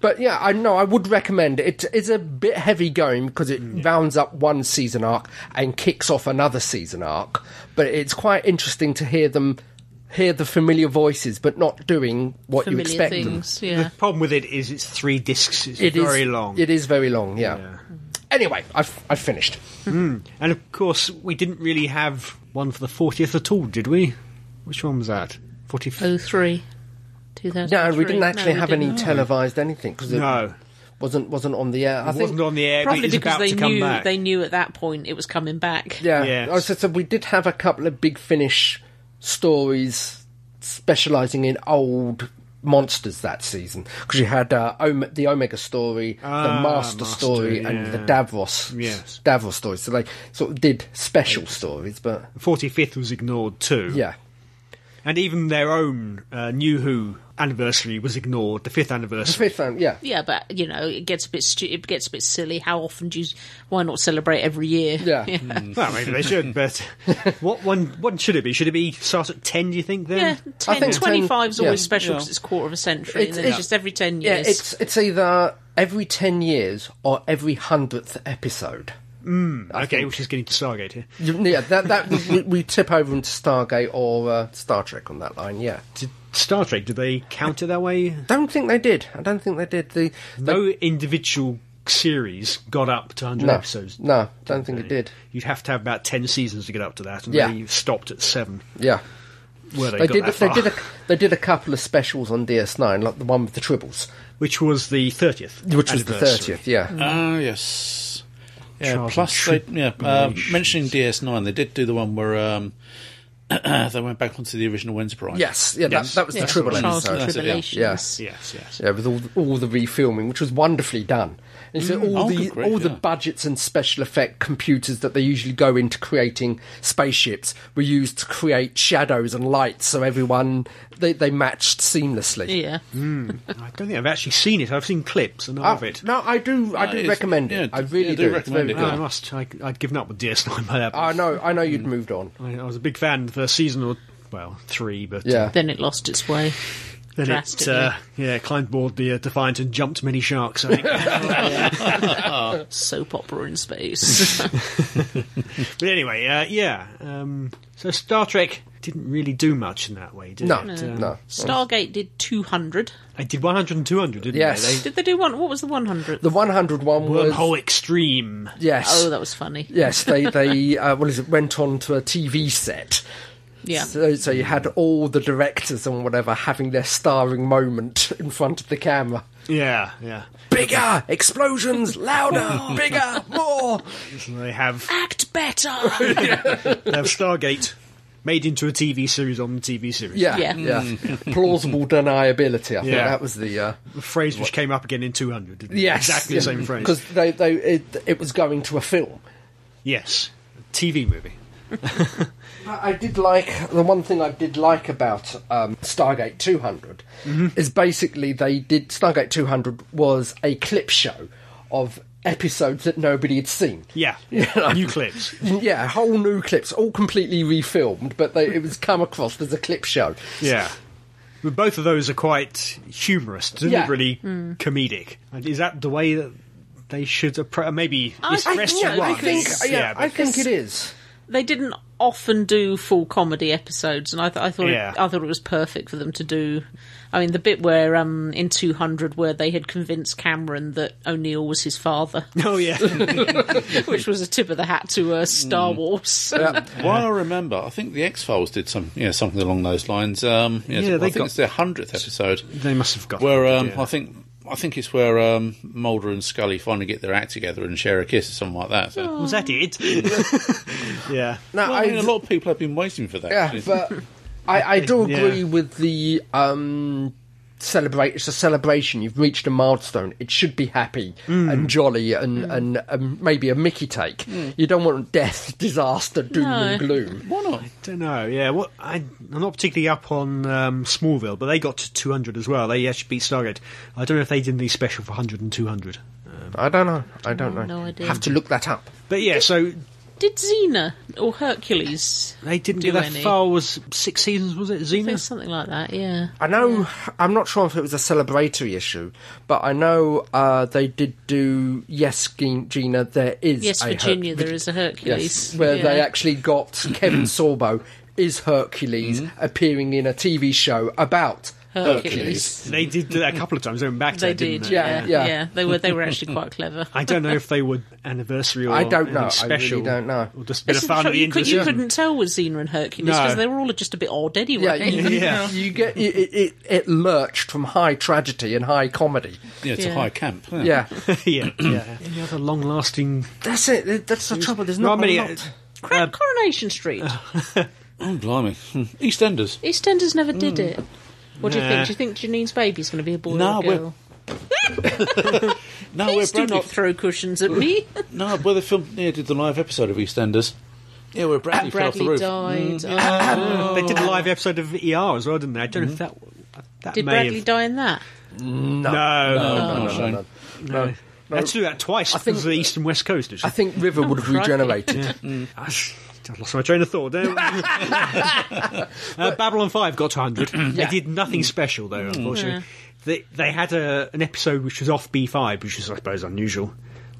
Speaker 5: but yeah, I know I would recommend it. It is a bit heavy going because it
Speaker 4: Mm.
Speaker 5: rounds up one season arc and kicks off another season arc. But it's quite interesting to hear them hear the familiar voices, but not doing what you
Speaker 2: Familiar
Speaker 5: expect them.
Speaker 2: things, yeah.
Speaker 4: The problem with it is it's three discs. It's
Speaker 5: It is
Speaker 4: very long.
Speaker 5: It is very long. Yeah. Anyway, I've I've finished.
Speaker 4: And of course, we didn't really have one for the 40th at all, did we? Which one was that? 45th?
Speaker 2: Oh three, two thousand.
Speaker 5: No, we didn't actually have any
Speaker 2: T-
Speaker 5: televised anything because it
Speaker 4: No.
Speaker 5: wasn't wasn't on the air. I think
Speaker 4: wasn't on the air.
Speaker 2: Probably
Speaker 4: but it's
Speaker 2: because
Speaker 4: about
Speaker 2: they
Speaker 4: to come
Speaker 2: knew
Speaker 4: back.
Speaker 2: they knew at that point it was coming back.
Speaker 5: Yeah.
Speaker 4: Yes.
Speaker 5: Oh, so, so we did have a couple of big Finnish stories specialising in old monsters that season because you had uh, Ome- the Omega story, the
Speaker 4: Ah,
Speaker 5: Master,
Speaker 4: Master,
Speaker 5: story, and the
Speaker 4: yeah.
Speaker 5: Davros
Speaker 4: Yes.
Speaker 5: Davros story. So they sort of did special stories, but
Speaker 4: 45th was ignored too.
Speaker 5: yeah.
Speaker 4: And even their own uh, New Who anniversary was ignored, the 5th
Speaker 5: The
Speaker 4: anniversary.
Speaker 5: fifth one, yeah.
Speaker 2: Yeah, but you know it gets a bit stu- it gets a bit silly. How often do you? Why not celebrate every year?
Speaker 5: Yeah.
Speaker 4: well, maybe they should, but what one What should it be? Should it be start at 10, do you think, then?
Speaker 2: Yeah, 10,
Speaker 5: think
Speaker 2: 25 is
Speaker 5: ten-
Speaker 2: always
Speaker 5: yeah.
Speaker 2: special because it's quarter of a century,
Speaker 5: It's-
Speaker 2: and then it's
Speaker 5: it's-
Speaker 2: just every 10
Speaker 5: Yeah,
Speaker 2: years.
Speaker 5: it's it's either every ten years or every hundredth episode.
Speaker 4: Okay, which is getting to Stargate here.
Speaker 5: You- Yeah, that that we, we tip over into Stargate or uh, Star Trek on that line. Yeah,
Speaker 4: Did Star Trek, did they count it that way?
Speaker 5: don't think they did. I don't think they did. The
Speaker 4: No individual series got up to 100
Speaker 5: no,
Speaker 4: episodes.
Speaker 5: No, don't think it did.
Speaker 4: You'd have to have about 10 seasons to get up to that, and
Speaker 5: Yeah.
Speaker 4: they stopped at 7.
Speaker 5: Yeah,
Speaker 4: Where they,
Speaker 5: they
Speaker 4: got
Speaker 5: did.
Speaker 4: that
Speaker 5: They
Speaker 4: far.
Speaker 5: did. A, they did a couple of specials on DS9, like the one with the tribbles,
Speaker 4: Which was the 30th.
Speaker 5: which was the
Speaker 4: anniversary.
Speaker 5: thirtieth. Yeah,
Speaker 3: Ah, yes. Yeah,
Speaker 4: Charles
Speaker 3: plus, they,
Speaker 4: and
Speaker 3: yeah, uh, mentioning DS9, they did do the one where um, they went back onto the original Enterprise.
Speaker 5: yes, yeah.
Speaker 4: Yes.
Speaker 5: That, that was the tribble
Speaker 2: Trials
Speaker 5: episode.
Speaker 2: and
Speaker 3: That's it, yeah.
Speaker 2: tribulations.
Speaker 5: Yes.
Speaker 4: Yes, yes.
Speaker 5: Yeah, with all the, all the refilming, which was wonderfully done. And
Speaker 4: Mm.
Speaker 5: so all
Speaker 3: Oh,
Speaker 5: the
Speaker 3: good grief,
Speaker 5: all the
Speaker 3: yeah.
Speaker 5: budgets and special effect computers that they usually go into creating spaceships were used to create shadows and lights, so everyone they, they matched seamlessly.
Speaker 2: Yeah.
Speaker 5: Hmm.
Speaker 4: I don't think I've actually seen it. I've seen clips and
Speaker 5: Oh,
Speaker 4: of it.
Speaker 5: No, I do. I
Speaker 3: No,
Speaker 5: do
Speaker 3: it's-
Speaker 5: recommend it.
Speaker 3: yeah,
Speaker 5: I really
Speaker 3: yeah, do
Speaker 5: do.
Speaker 3: recommend
Speaker 5: it's
Speaker 3: it,
Speaker 5: very
Speaker 4: Ah, I
Speaker 5: good. Ah,
Speaker 4: must. I, I'd given up with DS9 by that
Speaker 5: I
Speaker 4: point.
Speaker 5: know. I know you'd moved on.
Speaker 4: I, I was a big fan the first season, or, well, three, but.
Speaker 5: Yeah.
Speaker 4: uh,
Speaker 2: Then it lost its way.
Speaker 4: Then it,
Speaker 2: Drastically.
Speaker 4: uh, yeah, climbed aboard the uh, Defiant and jumped many sharks. I think.
Speaker 2: Soap opera in space.
Speaker 4: but anyway, uh, yeah. Um, so Star Trek didn't really do much in that way, did
Speaker 5: No,
Speaker 4: it?
Speaker 5: no.
Speaker 2: Stargate did 200.
Speaker 4: I did 100 and 200, didn't
Speaker 5: Yes.
Speaker 4: they?
Speaker 2: Did they do one? What was the 100?
Speaker 5: The 101
Speaker 4: They-
Speaker 5: was
Speaker 4: Wormhole Extreme.
Speaker 5: yes,
Speaker 2: Oh, that was funny.
Speaker 5: yes. They they uh, what is it? Went on to a TV set.
Speaker 2: Yeah.
Speaker 5: So, so you had all the directors and whatever having their starring moment in front of the camera.
Speaker 4: Yeah, yeah.
Speaker 5: Bigger explosions, louder, bigger, more.
Speaker 4: So they have,
Speaker 2: Act better!
Speaker 4: they have Stargate made into a TV series on the TV series.
Speaker 5: Yeah, yeah.
Speaker 2: Yeah.
Speaker 5: Plausible deniability. I think
Speaker 4: Yeah.
Speaker 5: that was the. Uh,
Speaker 4: The phrase which came up again in 200, didn't it?
Speaker 5: Yes,
Speaker 4: Exactly the same phrase.
Speaker 5: because they, they it, it was going to a film.
Speaker 4: Yes. TV movie.
Speaker 5: But I did like the one thing I did like about um, Stargate 200 is basically they did Stargate 200 was a clip show of episodes that nobody had seen.
Speaker 4: Yeah. New clips.
Speaker 5: Yeah, whole new clips, all completely refilmed, but they, it was come across as a clip show.
Speaker 4: Yeah. But both of those are quite humorous, deliberately comedic. And Is that the way that they should appro Maybe it's
Speaker 2: I- yeah,
Speaker 4: restaurant.
Speaker 5: I think, uh,
Speaker 2: Yes.
Speaker 5: yeah, I
Speaker 4: but
Speaker 5: think it is.
Speaker 2: they didn't often do full comedy episodes, and I, th- I thought
Speaker 4: Yeah.
Speaker 2: it, I thought it was perfect for them to do. I mean, the bit where um, in 200 where they had convinced Cameron that O'Neill was his father,
Speaker 4: Oh yeah,
Speaker 2: which was a tip of the hat to uh, Star Wars.
Speaker 3: While I remember, I think the X Files did some, yeah, something along those lines. Um, yeah,
Speaker 4: Yeah,
Speaker 3: I
Speaker 4: they
Speaker 3: think
Speaker 4: got-
Speaker 3: it's their hundredth episode.
Speaker 4: they must have got
Speaker 3: Where um,
Speaker 4: yeah.
Speaker 3: I think I think it's where um, Mulder and Scully finally get their act together and share a kiss or something like that. So,
Speaker 4: was that it? yeah,
Speaker 5: No,
Speaker 3: well, I mean, a lot of people have been waiting for that.
Speaker 5: Yeah,
Speaker 3: actually.
Speaker 5: but I, I do
Speaker 4: Yeah.
Speaker 5: agree with the um, celebrate. It's a celebration. You've reached a milestone. It should be happy and jolly and and um, maybe a Mickey take. You don't want death, disaster, doom and
Speaker 2: No.
Speaker 5: gloom.
Speaker 3: why not?
Speaker 4: don't know. Yeah, what I, I'm not particularly up on um, Smallville, but they got to 200 as well. They actually beat Stargate. I don't know if they did anything special for 100 and 200.
Speaker 5: I don't know. I don't know.
Speaker 2: no idea.
Speaker 5: Have to look that up.
Speaker 4: But yeah, so
Speaker 2: Did Xena or Hercules?
Speaker 4: they didn't
Speaker 2: Do
Speaker 4: get that
Speaker 2: any.
Speaker 4: far. Was six seasons? Was it
Speaker 2: I think
Speaker 4: Xena?
Speaker 2: something like that, yeah.
Speaker 5: I know. I'm not sure if it was a celebratory issue, but I know uh, they did do. Yes, Ge- Gina, there is.
Speaker 2: Yes,
Speaker 5: a Herc-
Speaker 2: Virginia, there is a Hercules.
Speaker 5: Yes, where
Speaker 2: yeah.
Speaker 5: they actually got Kevin Sorbo is Hercules appearing in a TV show about
Speaker 2: Hercules.
Speaker 5: Hercules.
Speaker 4: They did that a couple of times. They went back to
Speaker 2: They
Speaker 4: it, didn't
Speaker 2: did,
Speaker 4: they?
Speaker 2: yeah,
Speaker 5: Yeah,
Speaker 2: yeah,
Speaker 5: yeah.
Speaker 2: They were they were actually quite clever.
Speaker 4: I don't know if they were anniversary or
Speaker 5: I don't
Speaker 4: anything
Speaker 5: know. I really
Speaker 4: special.
Speaker 5: don't know.
Speaker 4: Or just a bit of
Speaker 2: It's
Speaker 4: fun
Speaker 2: true,
Speaker 4: at the
Speaker 2: you,
Speaker 4: end
Speaker 2: could,
Speaker 4: of
Speaker 2: you
Speaker 4: the
Speaker 2: couldn't tell with Xena and Hercules
Speaker 4: No.
Speaker 2: because they were all just a bit odd anyway.
Speaker 5: Yeah, you, you-
Speaker 4: Yeah.
Speaker 5: you get it, it, it, it lurched from high tragedy and high comedy.
Speaker 3: Yeah, it's a
Speaker 2: Yeah.
Speaker 3: high camp. Yeah.
Speaker 5: Yeah,
Speaker 4: yeah, yeah. Any other long-lasting?
Speaker 5: that's it. That's the trouble. There's
Speaker 4: Not
Speaker 5: not,
Speaker 4: many-
Speaker 5: a lot.
Speaker 2: Cra- Coronation Street.
Speaker 3: Oh, blimey. Hmm. EastEnders.
Speaker 2: EastEnders never did it. What do you
Speaker 4: Nah.
Speaker 2: think? Do you think Janine's baby's going to be a boy
Speaker 3: No,
Speaker 2: or a
Speaker 3: we're-
Speaker 2: girl?
Speaker 3: No,
Speaker 2: Please
Speaker 3: we're
Speaker 2: do
Speaker 3: Bradley.
Speaker 2: not throw cushions at me.
Speaker 3: No, well, they filmed near did the live episode of EastEnders. Yeah, where Bradley, fell off the
Speaker 2: Bradley
Speaker 3: roof.
Speaker 2: died. Oh.
Speaker 4: uh, They did a live episode of ER as well, didn't they? I don't know if that that
Speaker 2: Did
Speaker 4: may
Speaker 2: Bradley
Speaker 4: have.
Speaker 2: die in that?
Speaker 4: Mm-hmm. No, no,
Speaker 3: Oh, shame.
Speaker 4: no. They had to do that twice. I think
Speaker 5: think-
Speaker 4: the East and West Coast. Actually.
Speaker 5: I think River would have
Speaker 2: crikey.
Speaker 5: regenerated.
Speaker 4: I lost my train of thought there. uh, Babylon 5 got to 100. They did nothing special, though, unfortunately. They, they had a, an episode which was off B5, which is, I suppose, unusual.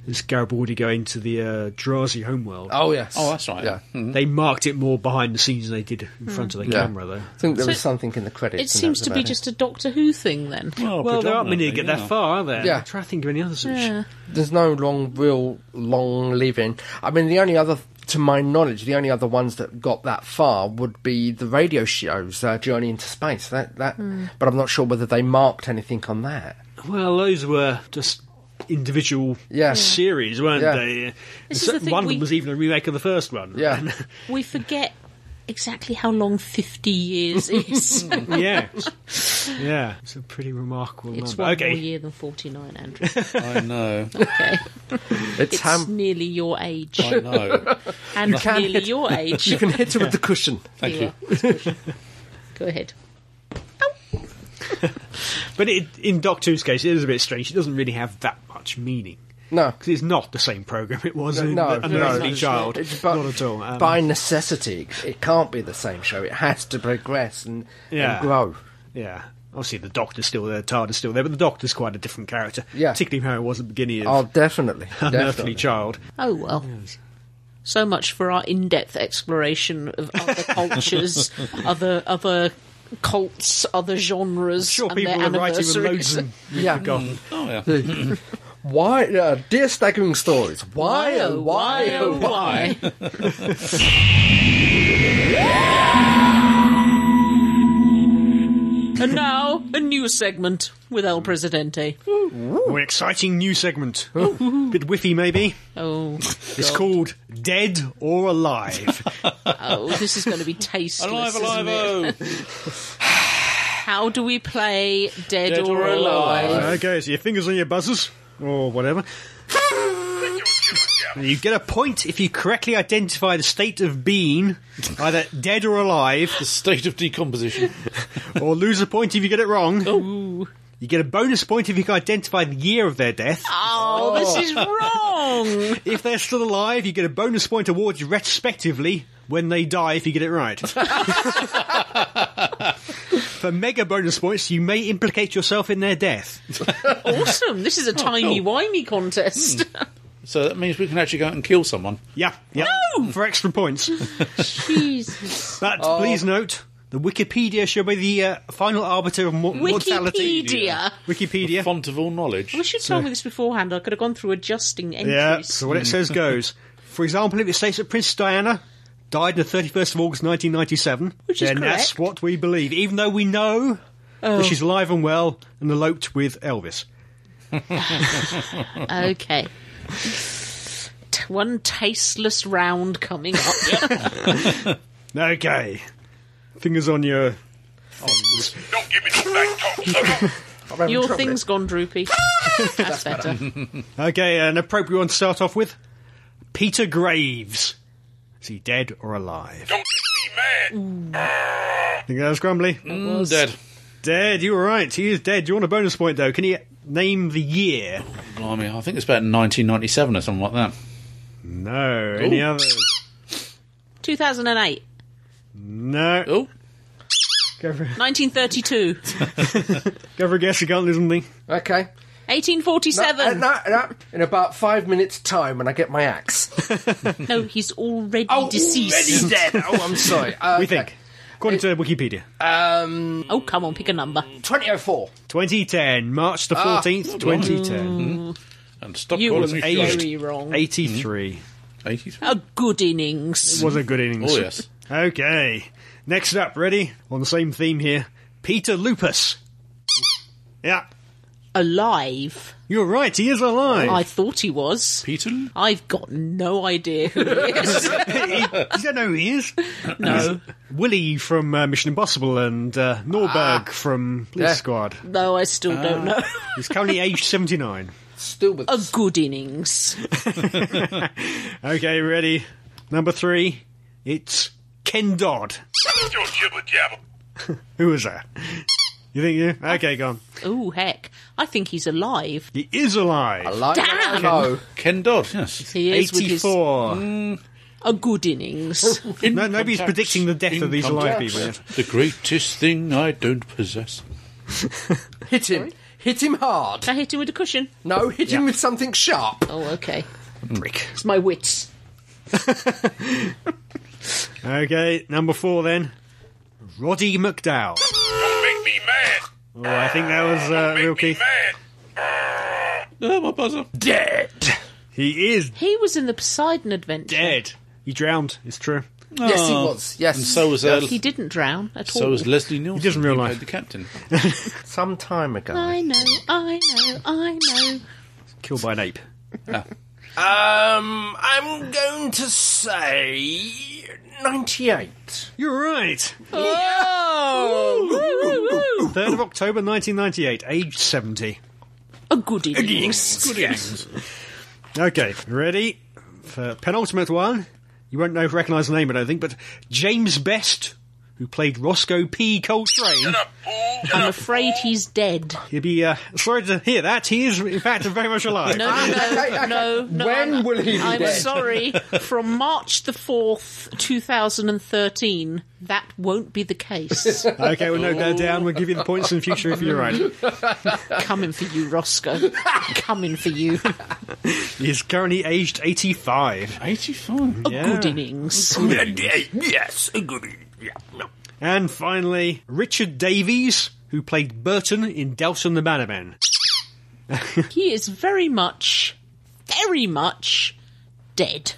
Speaker 4: It's Garibaldi going to the uh, Drazi homeworld.
Speaker 5: Oh yes.
Speaker 3: Oh, that's right.
Speaker 5: Yeah.
Speaker 4: They marked it more behind the scenes than they did in front of the
Speaker 5: Yeah.
Speaker 4: camera, though.
Speaker 5: I think there
Speaker 2: So
Speaker 5: was something in the credits.
Speaker 2: It
Speaker 5: and
Speaker 2: seems
Speaker 5: that
Speaker 2: to
Speaker 5: was
Speaker 2: be
Speaker 5: about it.
Speaker 2: just a Doctor Who thing then.
Speaker 4: Well, there aren't many to get that
Speaker 3: yeah.
Speaker 4: far, are there?
Speaker 5: Yeah.
Speaker 4: I'm trying to think of any other such.
Speaker 2: Yeah.
Speaker 5: There's no long, real long living. I mean, the only other, to my knowledge, the only other ones that got that far would be the radio shows, uh, Journey into Space. That, that, but I'm not sure whether they marked anything on that.
Speaker 4: Well, those were just individual
Speaker 5: Yeah.
Speaker 4: series, weren't
Speaker 5: Yeah.
Speaker 4: they?
Speaker 2: This
Speaker 4: So-
Speaker 2: is the thing
Speaker 4: one of
Speaker 2: we-
Speaker 4: them was even a remake of the first one.
Speaker 5: Yeah,
Speaker 2: We forget exactly how long 50 years is.
Speaker 4: yeah, yeah. It's a pretty remarkable
Speaker 2: it's
Speaker 4: number.
Speaker 2: one
Speaker 4: okay,
Speaker 2: more year than 49, Andrew.
Speaker 3: I know.
Speaker 2: Okay.
Speaker 5: it's
Speaker 2: It's
Speaker 5: ham.
Speaker 2: nearly your age.
Speaker 3: I know.
Speaker 2: and
Speaker 5: can
Speaker 2: nearly
Speaker 5: hit-
Speaker 2: your age.
Speaker 5: You can hit it with the cushion.
Speaker 3: Thank
Speaker 2: You
Speaker 3: you.
Speaker 2: are. Go ahead.
Speaker 4: but it, in Doctor Who's case, it is a bit strange. It doesn't really have that much meaning
Speaker 5: No,
Speaker 4: because it's not the same program it was in
Speaker 5: no,
Speaker 4: an
Speaker 5: no,
Speaker 4: early
Speaker 5: it's
Speaker 4: child.
Speaker 5: It's by-
Speaker 4: not at all. Um,
Speaker 5: by necessity, it can't be the same show. It has to progress and, and
Speaker 4: Yeah.
Speaker 5: grow.
Speaker 4: yeah. Obviously, the Doctor's still there, TARDIS still there, but the Doctor's quite a different character.
Speaker 5: Yeah.
Speaker 4: Particularly how it was at the beginning of
Speaker 5: Oh, definitely.
Speaker 4: Unearthly
Speaker 5: definitely.
Speaker 4: Child.
Speaker 2: Oh well. So much for our in-depth exploration of other cultures, other other cults, other genres,
Speaker 4: Sure,
Speaker 2: and
Speaker 4: people
Speaker 2: their
Speaker 4: are writing with
Speaker 2: anniversaries.
Speaker 4: loads and
Speaker 5: Yeah.
Speaker 4: forgotten.
Speaker 3: Oh yeah.
Speaker 5: Why? Uh, dear Staggering Stories. Why, oh, why, oh, why?
Speaker 2: why? and now a new segment with El Presidente.
Speaker 4: Or an exciting new segment. Bit whiffy, maybe.
Speaker 2: Oh,
Speaker 4: It's called Dead or Alive.
Speaker 2: oh, this is going to be tasteless.
Speaker 3: Alive,
Speaker 2: isn't
Speaker 3: alive,
Speaker 2: it?
Speaker 3: oh!
Speaker 2: How do we play Dead,
Speaker 3: Dead
Speaker 2: or,
Speaker 3: or
Speaker 2: alive?
Speaker 3: Alive.
Speaker 4: okay, so your fingers on your buzzers, or whatever. You get a point if you correctly identify the state of being, either dead or alive,
Speaker 3: The state of decomposition.
Speaker 4: or lose a point if you get it wrong.
Speaker 2: Oh,
Speaker 4: You get a bonus point if you can identify the year of their death.
Speaker 2: Oh, this is wrong.
Speaker 4: If they're still alive, you get a bonus point awarded retrospectively when they die if you get it right. For mega bonus points, you may implicate yourself in their death.
Speaker 2: awesome. This is a tiny whiny contest.
Speaker 3: So that means we can actually go out and kill someone.
Speaker 4: Yeah, yeah. For extra points.
Speaker 2: Jesus.
Speaker 4: But please note, the Wikipedia shall be the uh, final arbiter of mo- mortality.
Speaker 2: Wikipedia.
Speaker 4: Wikipedia.
Speaker 3: Font of all knowledge.
Speaker 2: We should have told me this beforehand. I could have gone through adjusting entries.
Speaker 4: Yeah, so what it says goes. For example, if it states that Princess Diana died on the 31st of August 1997,
Speaker 2: Which is
Speaker 4: then that's
Speaker 2: correct. Oh.
Speaker 4: what we believe, even though we know that she's alive and well and eloped with Elvis.
Speaker 2: Okay. T- One tasteless round coming up.
Speaker 4: Okay. Fingers on your.
Speaker 6: Don't give me no back talk, sucker.
Speaker 5: I'm having
Speaker 2: Your
Speaker 5: trouble
Speaker 2: thing's gone droopy. That's better.
Speaker 4: Okay, an appropriate one to start off with Peter Graves. Is he dead or alive?
Speaker 6: Don't be mad.
Speaker 4: Think that was grumbly?
Speaker 3: Mm, dead.
Speaker 4: Dead, you were right. He is dead. Do you want a bonus point, though? Can you name the year?
Speaker 3: Blimey, I think it's about 1997 or something like that.
Speaker 4: No. Any others?
Speaker 2: 2008.
Speaker 4: No.
Speaker 3: Oh,
Speaker 4: Go for,
Speaker 2: 1932.
Speaker 4: go for a guess. You can't lose anything.
Speaker 5: it. Okay. No,
Speaker 2: 1847.
Speaker 5: uh, no, no. In about five minutes' time, when I get my axe.
Speaker 2: No, Oh, he's already deceased.
Speaker 5: Oh, Already dead. Oh, I'm sorry. Uh,
Speaker 4: We think. According to Wikipedia,
Speaker 5: Um,
Speaker 2: Oh, come on, pick a number.
Speaker 5: 2004.
Speaker 4: 2010, March the
Speaker 3: Ah.
Speaker 4: 14th,
Speaker 3: Mm-hmm.
Speaker 4: 2010.
Speaker 3: and stop
Speaker 2: You were
Speaker 3: calling me
Speaker 2: very
Speaker 3: aged.
Speaker 2: wrong.
Speaker 4: 83.
Speaker 3: 83.
Speaker 2: A good innings.
Speaker 4: Was a good innings.
Speaker 3: Mm-hmm. Oh, yes.
Speaker 4: Okay. Next up, ready? On the same theme here, Peter Lupus. Yeah.
Speaker 2: Alive.
Speaker 4: You're right, he is alive.
Speaker 2: I thought he was.
Speaker 3: Peter?
Speaker 2: I've got no idea who he is.
Speaker 4: he, you don't know who he is.
Speaker 2: no.
Speaker 4: Willie from uh, Mission Impossible and uh, Norberg
Speaker 3: Ah.
Speaker 4: from Police
Speaker 5: Yeah.
Speaker 4: Squad.
Speaker 2: No, I still don't know.
Speaker 4: He's currently aged 79.
Speaker 5: Still with
Speaker 2: A good innings.
Speaker 4: Okay, ready? Number three, it's Ken Dodd.
Speaker 6: Don't jibber jabber.
Speaker 4: Who was that? You think you? Okay, go on.
Speaker 2: Oh, heck. I think he's alive.
Speaker 4: He is alive.
Speaker 5: Like,
Speaker 2: Damn!
Speaker 5: No.
Speaker 3: Ken Dodd, yes.
Speaker 2: He is with his.
Speaker 4: 84.
Speaker 2: A good innings.
Speaker 5: Oh.
Speaker 4: No, nobody's
Speaker 3: Contacts.
Speaker 4: predicting the death of these
Speaker 3: Income
Speaker 4: alive
Speaker 3: tax.
Speaker 4: people. yet.
Speaker 3: The greatest thing I don't possess.
Speaker 5: Hit him. Hit him hard.
Speaker 2: I hit him with a cushion.
Speaker 5: No, hit him with something sharp.
Speaker 2: Oh, okay.
Speaker 4: Brick.
Speaker 2: It's my wits.
Speaker 4: Okay, number four then. Roddy McDowell.
Speaker 6: Don't make me mad.
Speaker 4: Oh, I think that was uh,
Speaker 6: Make
Speaker 4: real
Speaker 6: me
Speaker 4: Keith.
Speaker 6: mad.
Speaker 3: Oh, my buzzer.
Speaker 5: Dead.
Speaker 4: He is
Speaker 2: He was in the Poseidon adventure.
Speaker 4: dead. He drowned. It's true.
Speaker 5: Yes, he Oh. was. Yes.
Speaker 3: And so was, uh,
Speaker 2: He didn't drown at
Speaker 3: so
Speaker 2: all.
Speaker 3: was Leslie Nielsen.
Speaker 4: doesn't real life.
Speaker 3: played the captain.
Speaker 5: Some time ago.
Speaker 2: I know, I know, I know.
Speaker 4: Killed by an ape.
Speaker 5: Um, I'm going to say 98.
Speaker 4: You're right.
Speaker 2: Oh! Woo, woo, woo.
Speaker 4: Third of October, 1998, aged 70.
Speaker 2: A good innings.
Speaker 4: Okay, ready for penultimate one. You won't know recognise the name, I don't think, but James Best who played Roscoe P. Coltrane.
Speaker 6: Shut up, fool. Shut
Speaker 2: I'm
Speaker 6: up,
Speaker 2: afraid
Speaker 6: fool.
Speaker 2: he's dead.
Speaker 4: You'd be uh, sorry to hear that. He is, in fact, very much alive.
Speaker 2: No, no, no, no. no
Speaker 5: When
Speaker 2: I'm,
Speaker 5: will he be
Speaker 2: I'm
Speaker 5: dead?
Speaker 2: sorry. From March the 4th, 2013, that won't be the case.
Speaker 4: Okay, we'll note that down. We'll give you the points in the future if you're right.
Speaker 2: Coming for you, Roscoe. Coming for you.
Speaker 4: He is currently aged 85.
Speaker 3: 85.
Speaker 4: Yeah.
Speaker 2: Good innings.
Speaker 6: Yes, agree. Yeah, no.
Speaker 4: And finally, Richard Davies, who played Burton in Delton the Bannerman.
Speaker 2: He is very much, very much dead.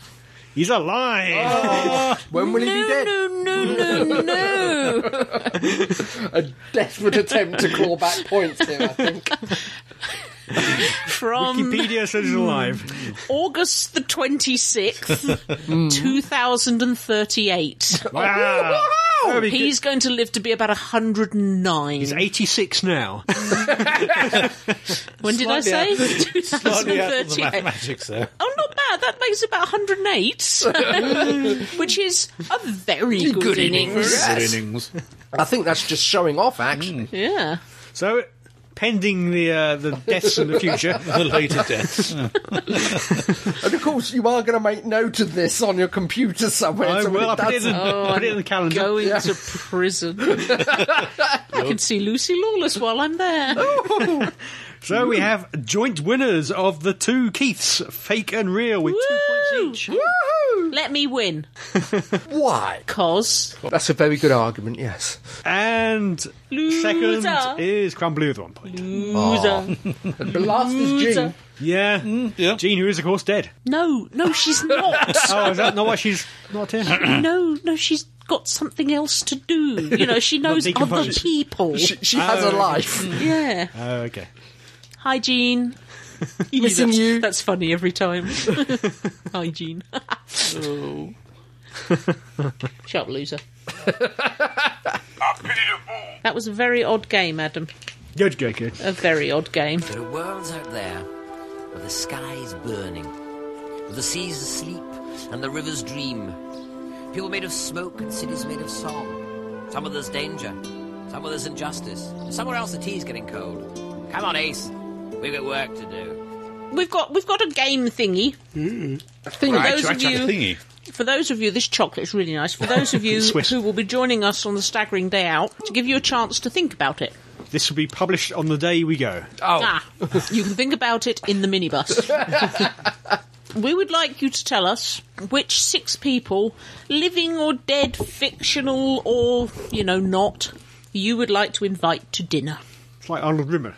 Speaker 4: He's alive!
Speaker 5: When will he be
Speaker 2: No,
Speaker 5: dead?
Speaker 2: no, no, no, no.
Speaker 5: A desperate attempt to claw back points here, I think.
Speaker 2: From
Speaker 4: Wikipedia says he's alive.
Speaker 2: August the 26th, 2038.
Speaker 4: Wow! That'd be good.
Speaker 2: He's going to live to be about 109.
Speaker 4: He's 86 now.
Speaker 2: When did I say?
Speaker 3: Slightly out of the
Speaker 2: 2038.
Speaker 3: mathematics there.
Speaker 2: Oh, not bad. That makes about 108, which is a very good, innings.
Speaker 3: Good innings. Hmm.
Speaker 5: I think that's just showing off, actually.
Speaker 2: Yeah.
Speaker 4: So, pending the uh, the deaths in the future,
Speaker 3: The later deaths.
Speaker 5: And of course, you are going to make note of this on your computer somewhere.
Speaker 4: I
Speaker 5: so when
Speaker 4: will. I
Speaker 5: it
Speaker 4: put it
Speaker 5: does,
Speaker 4: in, put it in the calendar.
Speaker 2: Going to prison. I can see Lucy Lawless while I'm there.
Speaker 4: So we have joint winners of the two Keiths, fake and real, with two
Speaker 2: Woo!
Speaker 4: points each.
Speaker 2: Let me win.
Speaker 5: why?
Speaker 2: Cause
Speaker 5: That's a very good argument, yes.
Speaker 4: And
Speaker 2: Loser.
Speaker 4: second is Crumbly with one point.
Speaker 2: loser.
Speaker 5: The last is June.
Speaker 4: Yeah.
Speaker 3: yeah.
Speaker 4: Jean, who is, of course, dead.
Speaker 2: No, no, she's not.
Speaker 4: Oh, is that not why she's not here?
Speaker 2: No, no, she's got something else to do. You know, she knows other
Speaker 4: decomposed.
Speaker 2: people.
Speaker 5: She, she has a life.
Speaker 2: Yeah.
Speaker 4: oh, okay.
Speaker 2: Hygiene.
Speaker 5: Missing
Speaker 2: that's,
Speaker 5: you.
Speaker 2: That's funny every time. Oh. Hygiene. Shut up, loser.
Speaker 6: I pity the fool.
Speaker 2: That was a very odd game, Adam.
Speaker 4: Good, good, good.
Speaker 2: A very odd game.
Speaker 7: There are worlds out there where the sky is burning, where the seas sleep and the rivers dream. People made of smoke and cities made of song. Somewhere there's danger, somewhere there's injustice, and somewhere else the tea's getting cold. Come on, Ace, we've got work to do.
Speaker 2: We've got we've got a game thingy. Mm.
Speaker 5: Thing
Speaker 2: For
Speaker 5: is,
Speaker 2: those of you
Speaker 3: Thingy.
Speaker 2: for those of you, this chocolate's really nice. For those of you
Speaker 4: Swiss.
Speaker 2: who will be joining us on the staggering day out, to give you a chance to think about it.
Speaker 4: This will be published on the day we go.
Speaker 5: Oh.
Speaker 2: Ah, you can think about it in the minibus. we would like you to tell us which six people, living or dead, fictional or, you know, not, you would like to invite to dinner.
Speaker 4: It's like Arnold Rimmer.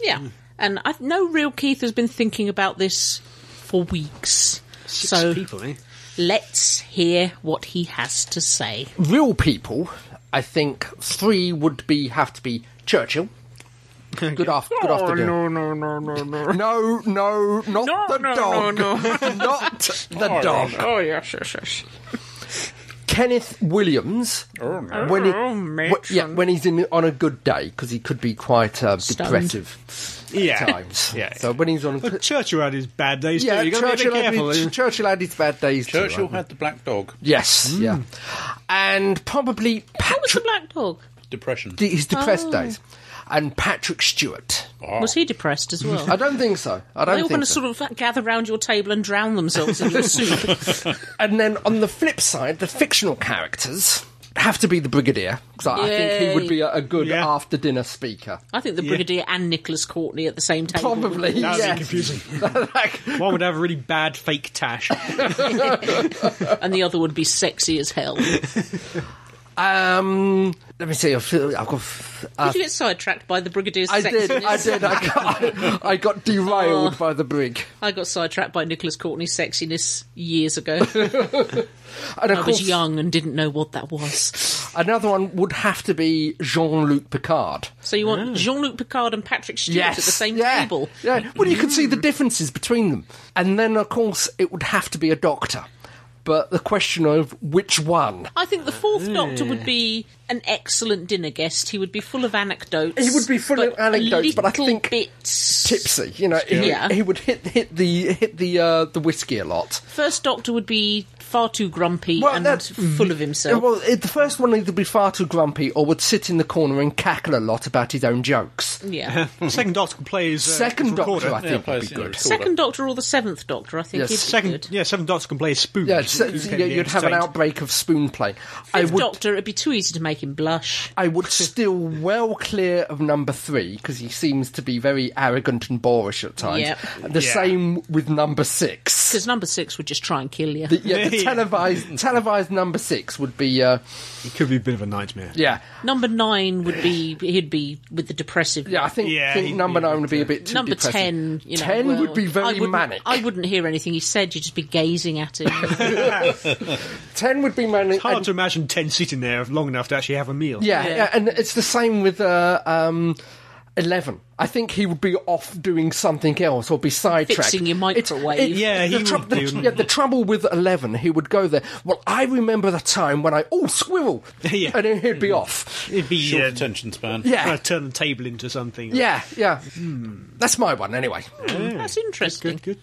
Speaker 2: Yeah. And I know Real Keith has been thinking about this for weeks. so
Speaker 4: people, eh?
Speaker 2: let's hear what he has to say.
Speaker 5: real people, I think three would be have to be Churchill. Good, af- good afternoon. No, Oh, no, no, no, no. No, no, not the dog. not the dog.
Speaker 2: Oh, yes, yes, yes.
Speaker 5: Kenneth Williams. When, he, wh- yeah, when he's in, on a good day, because he could be quite uh, depressive
Speaker 4: Yeah.
Speaker 5: at times.
Speaker 4: Yeah.
Speaker 5: So when he's on a
Speaker 4: But Churchill had his bad days
Speaker 5: yeah,
Speaker 4: too. you got to be a
Speaker 5: Churchill,
Speaker 4: bit careful.
Speaker 5: had, his-
Speaker 4: eh?
Speaker 5: Churchill had his bad days too,
Speaker 3: Churchill
Speaker 5: right?
Speaker 3: had the black dog.
Speaker 5: Yes, yeah. And probably
Speaker 2: What was the
Speaker 5: Patrick,
Speaker 2: black dog?
Speaker 3: Depression.
Speaker 5: his depressed days. And Patrick Stewart.
Speaker 2: Was he depressed as well?
Speaker 5: Oh. I don't think so. I
Speaker 2: They all
Speaker 5: don't think
Speaker 2: going to
Speaker 5: so.
Speaker 2: sort of gather round your table and drown themselves in your soup.
Speaker 5: And then on the flip side, the fictional characters have to be the Brigadier because I, I think he would be a, a good
Speaker 4: Yeah.
Speaker 5: after-dinner speaker.
Speaker 2: I think the Brigadier and Nicholas Courtney at the same table.
Speaker 5: Probably,
Speaker 4: That would be
Speaker 5: yes.
Speaker 4: confusing.
Speaker 5: Like,
Speaker 4: One would have a really bad fake tash.
Speaker 2: And the other would be sexy as hell. Did
Speaker 5: um, let me see. I feel, I've got. f- Uh,
Speaker 2: you get sidetracked by the Brigadier's
Speaker 5: I
Speaker 2: sexiness?
Speaker 5: did. I did. I got, I, got derailed by the brig.
Speaker 2: I got sidetracked by Nicholas Courtney's sexiness years ago.
Speaker 5: And of
Speaker 2: I Oh,
Speaker 5: course,
Speaker 2: was young and didn't know what that was.
Speaker 5: another one would have to be Jean-Luc Picard.
Speaker 2: So you want Jean-Luc Picard and Patrick Stewart at the same
Speaker 5: Ah. yeah,
Speaker 2: table?
Speaker 5: Yeah. Well, you can see the differences between them. And then, of course, it would have to be a doctor. But the question of which one.
Speaker 2: I think the fourth
Speaker 5: Ah.
Speaker 2: Doctor would be an excellent dinner guest. He would be full of anecdotes.
Speaker 5: He would be full of
Speaker 2: but
Speaker 5: anecdotes,
Speaker 2: a
Speaker 5: but I
Speaker 2: little
Speaker 5: think
Speaker 2: bit
Speaker 5: tipsy. You know, he,
Speaker 2: Yeah.
Speaker 5: he would hit hit the hit the uh, the whiskey a lot.
Speaker 2: First Doctor would be far too grumpy
Speaker 5: Well,
Speaker 2: and
Speaker 5: that's-
Speaker 2: full of himself.
Speaker 5: Well, it, the first one either be far too grumpy or would sit in the corner and cackle a lot about his own jokes.
Speaker 2: yeah.
Speaker 4: Second Doctor plays. Uh,
Speaker 5: Second
Speaker 4: his recorder.
Speaker 5: Doctor, I think,
Speaker 3: Yeah,
Speaker 5: would
Speaker 3: plays,
Speaker 5: be
Speaker 3: you know,
Speaker 5: good.
Speaker 3: recorder.
Speaker 2: Second Doctor or the Seventh Doctor, I think
Speaker 5: Yes,
Speaker 2: is
Speaker 4: Second,
Speaker 2: good.
Speaker 4: yeah, Second Doctor can play as spoons.
Speaker 5: Yeah, so,
Speaker 4: Who
Speaker 5: so
Speaker 4: can
Speaker 5: yeah,
Speaker 4: be
Speaker 5: you'd have an
Speaker 4: entertained.
Speaker 5: outbreak of spoon play. I
Speaker 2: Fifth
Speaker 5: would,
Speaker 2: Doctor, it'd be too easy to make him blush.
Speaker 5: I would still well clear of number three because he seems to be very arrogant and boorish at times.
Speaker 2: Yep.
Speaker 5: The same with number six.
Speaker 2: Because number six would just try and kill you.
Speaker 5: The, yeah, the
Speaker 4: Yeah.
Speaker 5: televised televised number six would be uh,
Speaker 4: It could be a bit of a nightmare.
Speaker 5: yeah
Speaker 2: number nine would be he'd be with the depressive.
Speaker 5: yeah I think,
Speaker 4: Yeah,
Speaker 5: think
Speaker 4: he'd
Speaker 5: number
Speaker 4: be a
Speaker 5: nine
Speaker 4: bit,
Speaker 5: would be a bit too
Speaker 2: Number
Speaker 5: depressing.
Speaker 2: ten, you know,
Speaker 5: ten
Speaker 2: well,
Speaker 5: would be
Speaker 2: I
Speaker 5: very
Speaker 2: wouldn't-
Speaker 5: manic.
Speaker 2: I wouldn't hear anything he said. You'd just be gazing at him.
Speaker 5: ten would be manic.
Speaker 4: Hard
Speaker 5: and-
Speaker 4: to imagine ten sitting there long enough to actually have a meal.
Speaker 5: Yeah, yeah, and it's the same with uh, um, Eleven. I think he would be off doing something else or be sidetracked.
Speaker 2: Fixing your
Speaker 5: It's-
Speaker 2: microwave.
Speaker 4: Yeah, he
Speaker 5: the, trou-
Speaker 4: would
Speaker 5: the,
Speaker 4: do-
Speaker 5: yeah, the trouble with Eleven, he would go there. Well, I remember the time when I oh squirrel,
Speaker 4: Yeah.
Speaker 5: and then he'd be off.
Speaker 4: It'd be
Speaker 3: Short
Speaker 4: uh,
Speaker 3: attention span.
Speaker 5: Yeah.
Speaker 4: trying to turn the table into something.
Speaker 5: Yeah, yeah.
Speaker 4: Hmm.
Speaker 5: That's my one anyway.
Speaker 2: That's interesting.
Speaker 4: Good, good.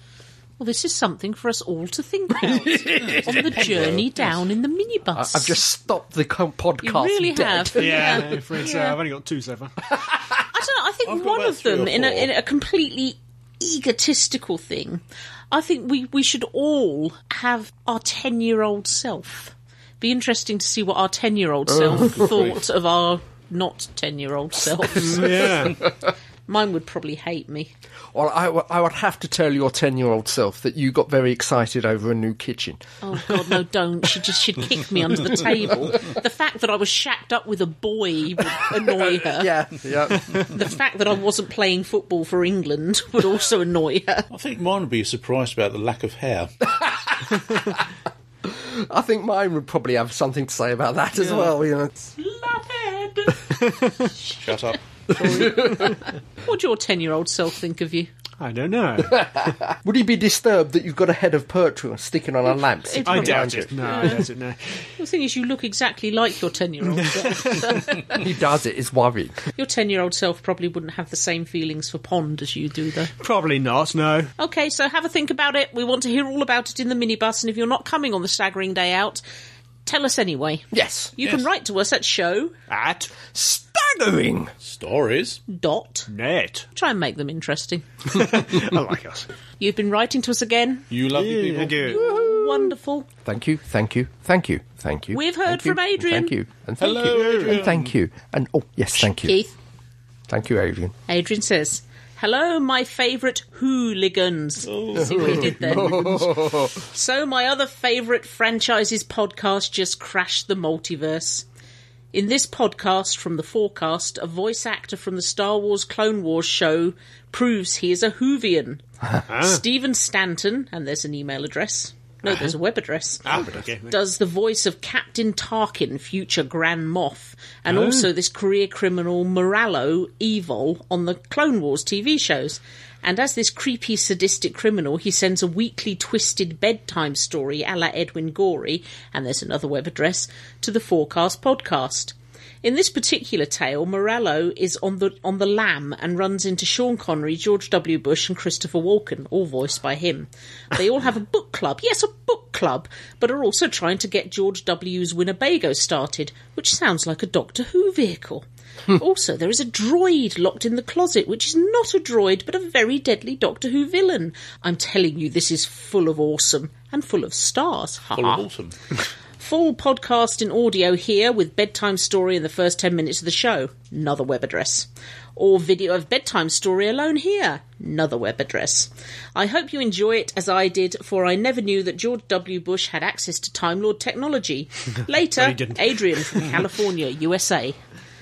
Speaker 2: Well, this is something for us all to think about on the journey down in the minibus.
Speaker 5: I've just stopped the co-
Speaker 2: you
Speaker 5: podcast.
Speaker 2: really
Speaker 5: dead.
Speaker 2: have.
Speaker 4: Yeah, I'm afraid so. I've only got two so far.
Speaker 2: I don't know. I think
Speaker 3: I've got
Speaker 2: one
Speaker 3: about
Speaker 2: of
Speaker 3: three or
Speaker 2: them, in a,
Speaker 3: four.
Speaker 2: in a completely egotistical thing, I think we, we should all have our 10 year old self. Be interesting to see what our 10 year
Speaker 3: Oh,
Speaker 2: old self thought of our not 10 year old selves.
Speaker 4: yeah.
Speaker 2: Mine would probably hate me.
Speaker 5: Well, I, w- I would have to tell your ten-year-old self that you got very excited over a new kitchen.
Speaker 2: Oh God, no! Don't. She just she'd kick me under the table. The fact that I was shacked up with a boy would annoy her.
Speaker 5: Yeah, yeah.
Speaker 2: The fact that I wasn't playing football for England would also annoy her.
Speaker 3: I think mine would be surprised about the lack of hair.
Speaker 5: I think mine would probably have something to say about that as well. You know.
Speaker 3: Shut up.
Speaker 2: What do your ten-year-old self think of you?
Speaker 4: I don't know.
Speaker 5: Would he be disturbed that you've got a head of poetry sticking on a lamp?
Speaker 2: It-
Speaker 4: I
Speaker 2: Probably
Speaker 4: doubt it. No, I doubt it. No.
Speaker 2: The thing is, you look exactly like your ten-year-old self.
Speaker 5: he does it is worrying.
Speaker 2: Your ten-year-old self probably wouldn't have the same feelings for pond as you do, though.
Speaker 4: Probably not. No.
Speaker 2: Okay, so have a think about it. We want to hear all about it in the minibus, and if you're not coming on the staggering day out, tell us anyway.
Speaker 5: Yes.
Speaker 2: You can write to us at show
Speaker 4: At
Speaker 5: Staggering.
Speaker 3: Stories?
Speaker 2: dot.
Speaker 4: net.
Speaker 2: Try and make them interesting.
Speaker 4: I like us.
Speaker 2: You've been writing to us again.
Speaker 3: You lovely people.
Speaker 4: I do.
Speaker 2: Wonderful.
Speaker 5: Thank you, thank you, thank you, thank you.
Speaker 2: We've heard
Speaker 5: thank you,
Speaker 2: from Adrian.
Speaker 5: Thank you. And thank
Speaker 3: Hello,
Speaker 5: you.
Speaker 3: Adrian.
Speaker 5: And thank you. And oh yes, thank you.
Speaker 2: Keith,
Speaker 5: Thank you, Adrian.
Speaker 2: Adrian says, Hello, my favourite hooligans. See what he did there. so, my other favourite franchises podcast just crashed the multiverse. In this podcast from the forecast, a voice actor from the Star Wars Clone Wars show proves he is a Hoovian. Stephen Stanton, and there's an email address. No, there's a web address.
Speaker 4: Ah, okay.
Speaker 2: does the voice of Captain Tarkin, future Grand Moff, and also this career criminal Morallo Evil on the Clone Wars TV shows. And as this creepy, sadistic criminal, he sends a weekly twisted bedtime story a la Edwin Gorey, and there's another web address, to the Forecast podcast. In this particular tale, Morello is on the on the lam and runs into Sean Connery, George W. Bush, and Christopher Walken, all voiced by him. They all have a book club, yes, a book club, but are also trying to get George W.'s Winnebago started, which sounds like a Doctor Who vehicle.
Speaker 3: Hmm.
Speaker 2: also, there is a droid locked in the closet, which is not a droid but a very deadly Doctor Who villain. I'm telling you, this is full of awesome and full of stars. Ha
Speaker 3: Full
Speaker 2: ha.
Speaker 3: of autumn.
Speaker 4: Ah.
Speaker 2: Full podcast in audio here with bedtime story in the first 10 minutes of the show. Another web address. Or video of bedtime story alone here. Another web address. I hope you enjoy it as I did, for I never knew that George W. Bush had access to Time Lord technology. Later,
Speaker 4: didn't.
Speaker 2: Adrian from California, USA.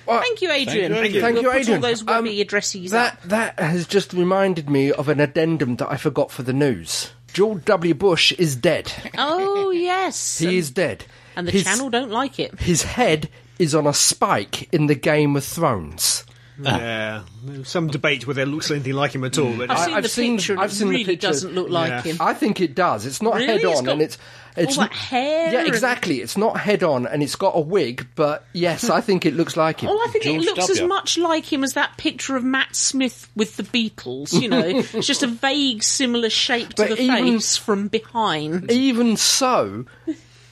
Speaker 2: Thank you, Adrian.
Speaker 3: Thank you,
Speaker 5: Thank
Speaker 2: we'll
Speaker 5: you,
Speaker 2: put
Speaker 5: Adrian.
Speaker 2: all those
Speaker 5: Um,
Speaker 2: webby addresses
Speaker 5: That
Speaker 2: up.
Speaker 5: that has just reminded me of an addendum that I forgot for the news. George W. Bush is dead.
Speaker 2: Oh, yes.
Speaker 5: He
Speaker 2: and,
Speaker 5: is dead.
Speaker 2: and the
Speaker 5: His-
Speaker 2: channel don't like it.
Speaker 5: His head is on a spike in the Game of Thrones.
Speaker 4: Yeah, some debate whether it looks anything like him at all. But
Speaker 2: I've
Speaker 5: I-
Speaker 2: seen
Speaker 5: I've
Speaker 2: the
Speaker 5: seen-
Speaker 2: picture. and
Speaker 5: I've seen
Speaker 2: it
Speaker 5: the
Speaker 2: really
Speaker 5: pictures.
Speaker 2: doesn't look like
Speaker 4: Yeah.
Speaker 2: him.
Speaker 5: I think it does. It's not
Speaker 2: Really?
Speaker 5: head
Speaker 2: It's
Speaker 5: on,
Speaker 2: got
Speaker 5: and it's it's
Speaker 2: all that hair
Speaker 5: Yeah,
Speaker 2: and-
Speaker 5: exactly. It's not head on, and it's got a wig. But yes, I think it looks like it.
Speaker 2: Oh, I think
Speaker 3: George
Speaker 2: it looks
Speaker 3: W.
Speaker 2: as much like him as that picture of Matt Smith with the Beatles. You know, it's just a vague similar shape to
Speaker 5: But
Speaker 2: the
Speaker 5: even-
Speaker 2: face from behind.
Speaker 5: Even so,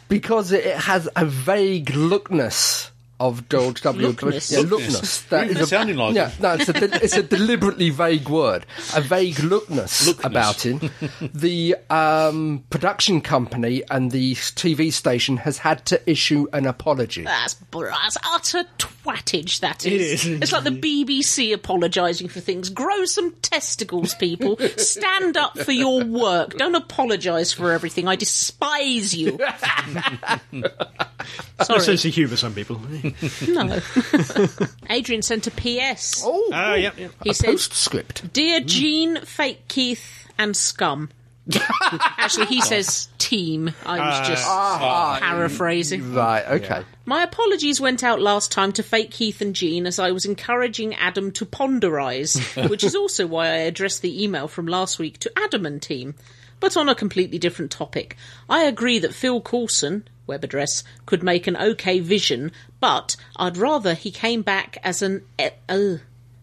Speaker 5: because it has a vague lookness. Of George W.
Speaker 2: Lookness.
Speaker 5: Bush. Yeah, lookness. That
Speaker 3: Even
Speaker 5: is a,
Speaker 3: sounding like
Speaker 5: yeah,
Speaker 3: it.
Speaker 5: no, it's a, de- it's a deliberately vague word. A vague lookness,
Speaker 3: Lookness.
Speaker 5: about it. The um, production company and the TV station has had to issue an apology.
Speaker 2: That's, br- that's utter twattage, that
Speaker 4: It
Speaker 2: is.
Speaker 4: is.
Speaker 2: It's like the BBC apologising for things. Grow some testicles, people. Stand up for your work. Don't apologise for everything. I despise you.
Speaker 4: no
Speaker 2: Sorry.
Speaker 4: sense of humour, some people.
Speaker 2: No. Adrian sent a PS.
Speaker 5: Oh,
Speaker 4: Ah, yep, yep.
Speaker 2: he
Speaker 5: a
Speaker 2: says,
Speaker 5: postscript.
Speaker 2: Dear Gene, Fake Keith, and Scum. Actually, he says team. I was just paraphrasing.
Speaker 5: Right, okay.
Speaker 2: My apologies went out last time to fake Heath and Jean as I was encouraging Adam to ponderize, which is also why I addressed the email from last week to Adam and team, but on a completely different topic. I agree that Phil Coulson, web address, could make an okay vision, but I'd rather he came back as an e- uh,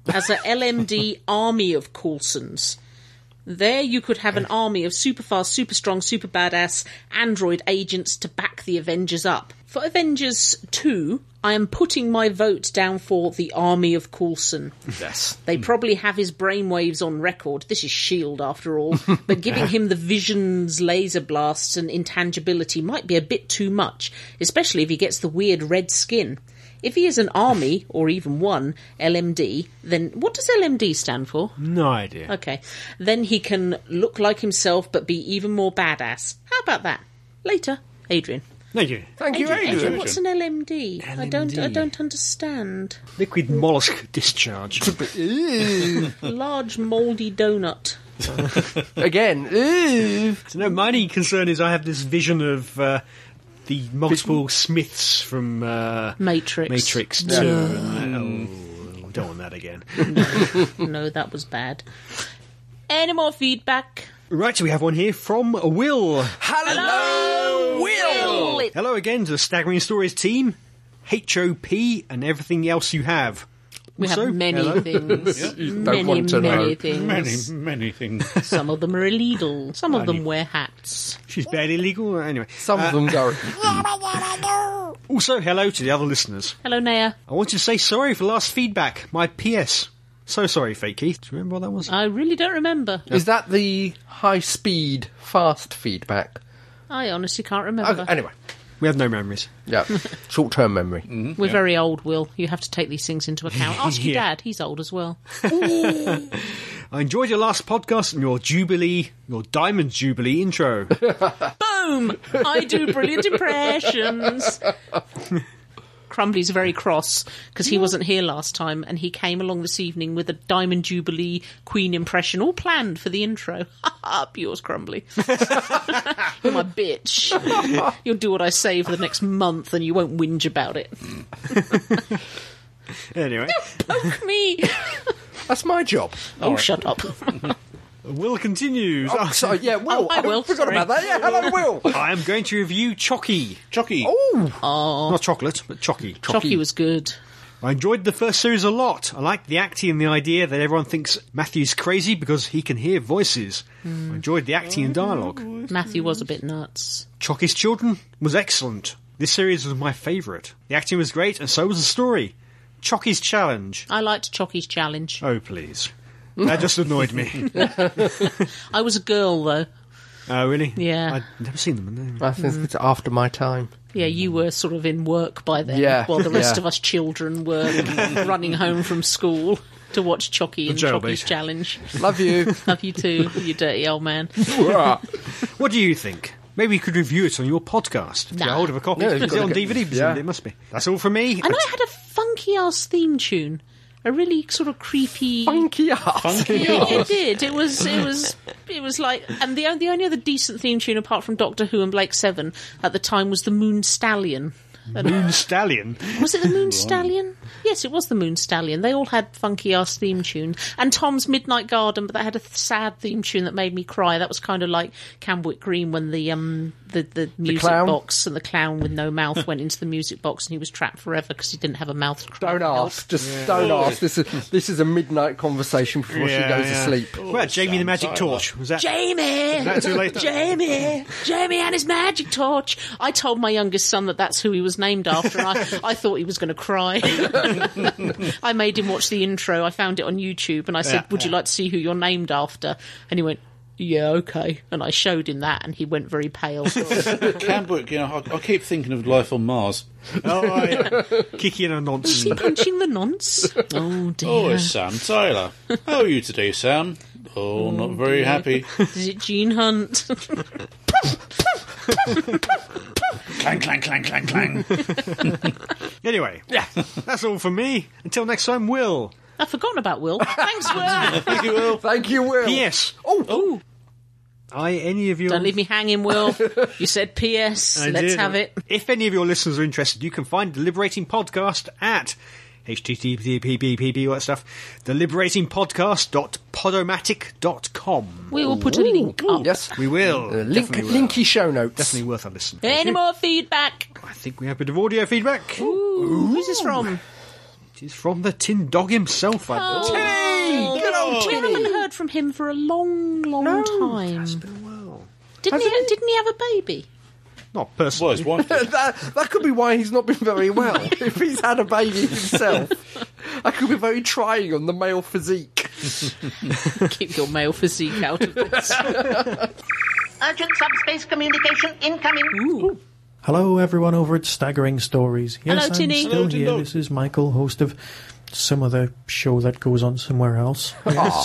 Speaker 2: as a LMD army of Coulsons. There, you could have an army of super fast, super strong, super badass android agents to back the Avengers up. For Avengers 2, I am putting my vote down for the army of Coulson. Yes. They probably have his brainwaves on record. This is S.H.I.E.L.D. E after all. but giving him the visions, laser blasts, and intangibility might be a bit too much, especially if he gets the weird red skin. If he is an army, or even one, LMD, then what does LMD stand for?
Speaker 4: No
Speaker 5: Uh,
Speaker 4: idea.
Speaker 2: Okay. Then he can look like himself but be even more badass. How about that? Later, Adrian.
Speaker 4: Thank you.
Speaker 5: Thank you,
Speaker 2: Adrian,
Speaker 5: Adrian.
Speaker 2: what's an LMD? I don't I don't understand.
Speaker 4: Liquid mollusk discharge.
Speaker 2: Large mouldy donut.
Speaker 5: Again, ooh.
Speaker 4: So no, my only concern is I have this vision of uh, the multiple Smiths from uh,
Speaker 2: Matrix.
Speaker 4: Matrix Two. and I- oh, don't want that again.
Speaker 2: No, that was bad. Any more feedback?
Speaker 4: right, so we have one here from Will.
Speaker 5: hello,
Speaker 2: Will it-
Speaker 4: Hello again to the Staggering Stories team, HOP, and everything else you have.
Speaker 2: We have
Speaker 4: Also,
Speaker 2: many
Speaker 4: hello.
Speaker 2: things. Many,
Speaker 5: want to
Speaker 2: many
Speaker 5: know.
Speaker 2: things.
Speaker 3: Many, many things.
Speaker 2: Some of them are illegal. Some of them wear hats.
Speaker 4: She's barely legal. Anyway, Uh,
Speaker 5: Some of them go.
Speaker 4: also hello to the other listeners.
Speaker 2: Hello, Naya.
Speaker 4: I wanted to say sorry for last feedback. My PS. So sorry, Fake Keith. Do you remember what that
Speaker 5: Uh,
Speaker 4: was?
Speaker 2: I really don't remember.
Speaker 5: Is that the high speed fast feedback?
Speaker 2: I honestly can't remember.
Speaker 5: Okay, anyway,
Speaker 4: we have no memories.
Speaker 5: yeah, short term memory.
Speaker 2: We're very old, Will. You have to take these things into account. Ask your
Speaker 4: Yeah.
Speaker 2: dad; he's old as well.
Speaker 4: I enjoyed your last podcast and your Jubilee, your Diamond Jubilee intro.
Speaker 2: Boom! I do brilliant impressions. Crumbly's very cross because he wasn't here last time, and he came along this evening with a Diamond Jubilee Queen impression, all planned for the intro. Up yours, Crumbly. You're my bitch. You'll do what I say for the next month, and you won't whinge about it.
Speaker 4: anyway,
Speaker 2: Poke me.
Speaker 5: That's my job.
Speaker 2: Oh, shut up.
Speaker 4: Will continues.
Speaker 5: Oh, so yeah, Will.
Speaker 2: Oh, hi, Will,
Speaker 5: forgot
Speaker 2: sorry.
Speaker 5: about that. Yeah, hello, Will.
Speaker 4: I am going to review Chocky.
Speaker 3: Chucky.
Speaker 4: Not chocolate, but Chocky.
Speaker 2: Chocky was good.
Speaker 4: I enjoyed the first series a lot. I liked the acting and the idea that everyone thinks Matthew's crazy because he can hear voices. I enjoyed the acting and dialogue.
Speaker 2: Matthew was a bit nuts.
Speaker 4: Chocky's Children was excellent. This series was my favourite. The acting was great, and so was the story. Chocky's Challenge.
Speaker 2: I liked Chocky's challenge.
Speaker 4: Oh, please. That just annoyed me.
Speaker 2: I was a girl though.
Speaker 4: Oh, really?
Speaker 2: Yeah.
Speaker 4: I'd never seen them. No.
Speaker 5: I think it's after my time.
Speaker 2: Yeah, you were sort of in work by then,
Speaker 5: Yeah,
Speaker 2: while the rest
Speaker 5: yeah.
Speaker 2: of us children were running home from school to watch Chocky and
Speaker 4: jailbait.
Speaker 2: Chocky's challenge.
Speaker 5: Love you.
Speaker 2: Love you too, you dirty old man.
Speaker 4: What do you think? Maybe you could review it on your podcast. Get
Speaker 2: Nah.
Speaker 4: hold of a copy.
Speaker 5: Yeah, you've
Speaker 4: is it
Speaker 5: gotta
Speaker 4: on
Speaker 5: get-
Speaker 4: DVD?
Speaker 5: yeah.
Speaker 4: It must be. That's all from me.
Speaker 2: And I had a funky ass theme tune, a really sort of creepy.
Speaker 5: Funky
Speaker 2: It,
Speaker 5: ass.
Speaker 2: it did. It was. It was. It was like, and the the only other decent theme tune apart from Doctor Who and Blake Seven at the time was the Moon Stallion.
Speaker 4: Moon Stallion.
Speaker 2: Was it the Moon Stallion? Yes, it was the Moon Stallion. They all had funky ass theme tunes. And Tom's Midnight Garden, but they had a th- sad theme tune that made me cry. That was kind of like Camwick Green when the um the, the music
Speaker 5: clown?
Speaker 2: box and the clown with no mouth went into the music box and he was trapped forever because he didn't have a mouth. to cry
Speaker 5: Don't
Speaker 2: out.
Speaker 5: ask. Just don't ask. This is this is a midnight conversation before she goes to sleep.
Speaker 4: Well, Jamie the Magic Torch. Was that?
Speaker 2: Oh, Jamie!
Speaker 4: That's who later-
Speaker 2: Jamie! Jamie and his magic torch! I told my youngest son that that's who he was named after, and I, I thought he was going to cry. I made him watch the intro. I found it on YouTube, and I said,
Speaker 4: Yeah,
Speaker 2: Would you
Speaker 4: yeah.
Speaker 2: like to see who you're named after? And he went, yeah, okay. And I showed him that, and he went very pale.
Speaker 3: Cambric, you know, I, I keep thinking of life on Mars.
Speaker 4: oh, yeah. Kiki and a nonce.
Speaker 2: Keep punching the nonce. Oh dear.
Speaker 3: Oh, it's Sam Tyler. How are you today, Sam? Oh, not very happy.
Speaker 2: Is it Gene Hunt?
Speaker 3: clang, clang, clang, clang, clang.
Speaker 4: Anyway, yeah, that's all from me. Until next time, Will.
Speaker 2: I've forgotten about Will. Thanks, Will.
Speaker 3: Thank you, Will.
Speaker 5: Thank you, Will. Oh.
Speaker 4: P.S.
Speaker 2: Ooh,
Speaker 4: I any of you?
Speaker 2: don't leave me hanging, Will. You said P.S.
Speaker 4: I
Speaker 2: Let's
Speaker 4: did.
Speaker 2: have it.
Speaker 4: If any of your listeners are interested, you can find the Liberating Podcast at http all that stuff theliberatingpodcast.podomatic.com
Speaker 2: We will put a link up.
Speaker 5: Yes.
Speaker 4: we will
Speaker 5: Uh, link,
Speaker 4: Definitely will.
Speaker 5: linky show notes.
Speaker 4: definitely worth a listen
Speaker 2: Any more feedback?
Speaker 4: i think we have a bit of audio feedback
Speaker 2: Who's this from?
Speaker 4: it is from the tin dog himself i
Speaker 2: Oh.
Speaker 4: believe.
Speaker 5: Good old
Speaker 2: We
Speaker 5: Tinny.
Speaker 2: haven't heard from him for a long, long time. Didn't he? Didn't he have a baby?
Speaker 4: not
Speaker 3: Well,
Speaker 4: personally
Speaker 3: his wife did.
Speaker 5: That, that could be why he's not been very well. if he's had a baby himself, that could be very trying on the male physique.
Speaker 2: Keep your male physique out of this.
Speaker 8: Urgent subspace communication incoming.
Speaker 2: Ooh.
Speaker 9: Hello, everyone over at Staggering Stories. Yes,
Speaker 2: Hello,
Speaker 9: I'm
Speaker 2: Tinny.
Speaker 9: still
Speaker 3: Hello, Tin
Speaker 9: here.
Speaker 3: Dog.
Speaker 9: This is Michael, host of some other show that goes on somewhere else.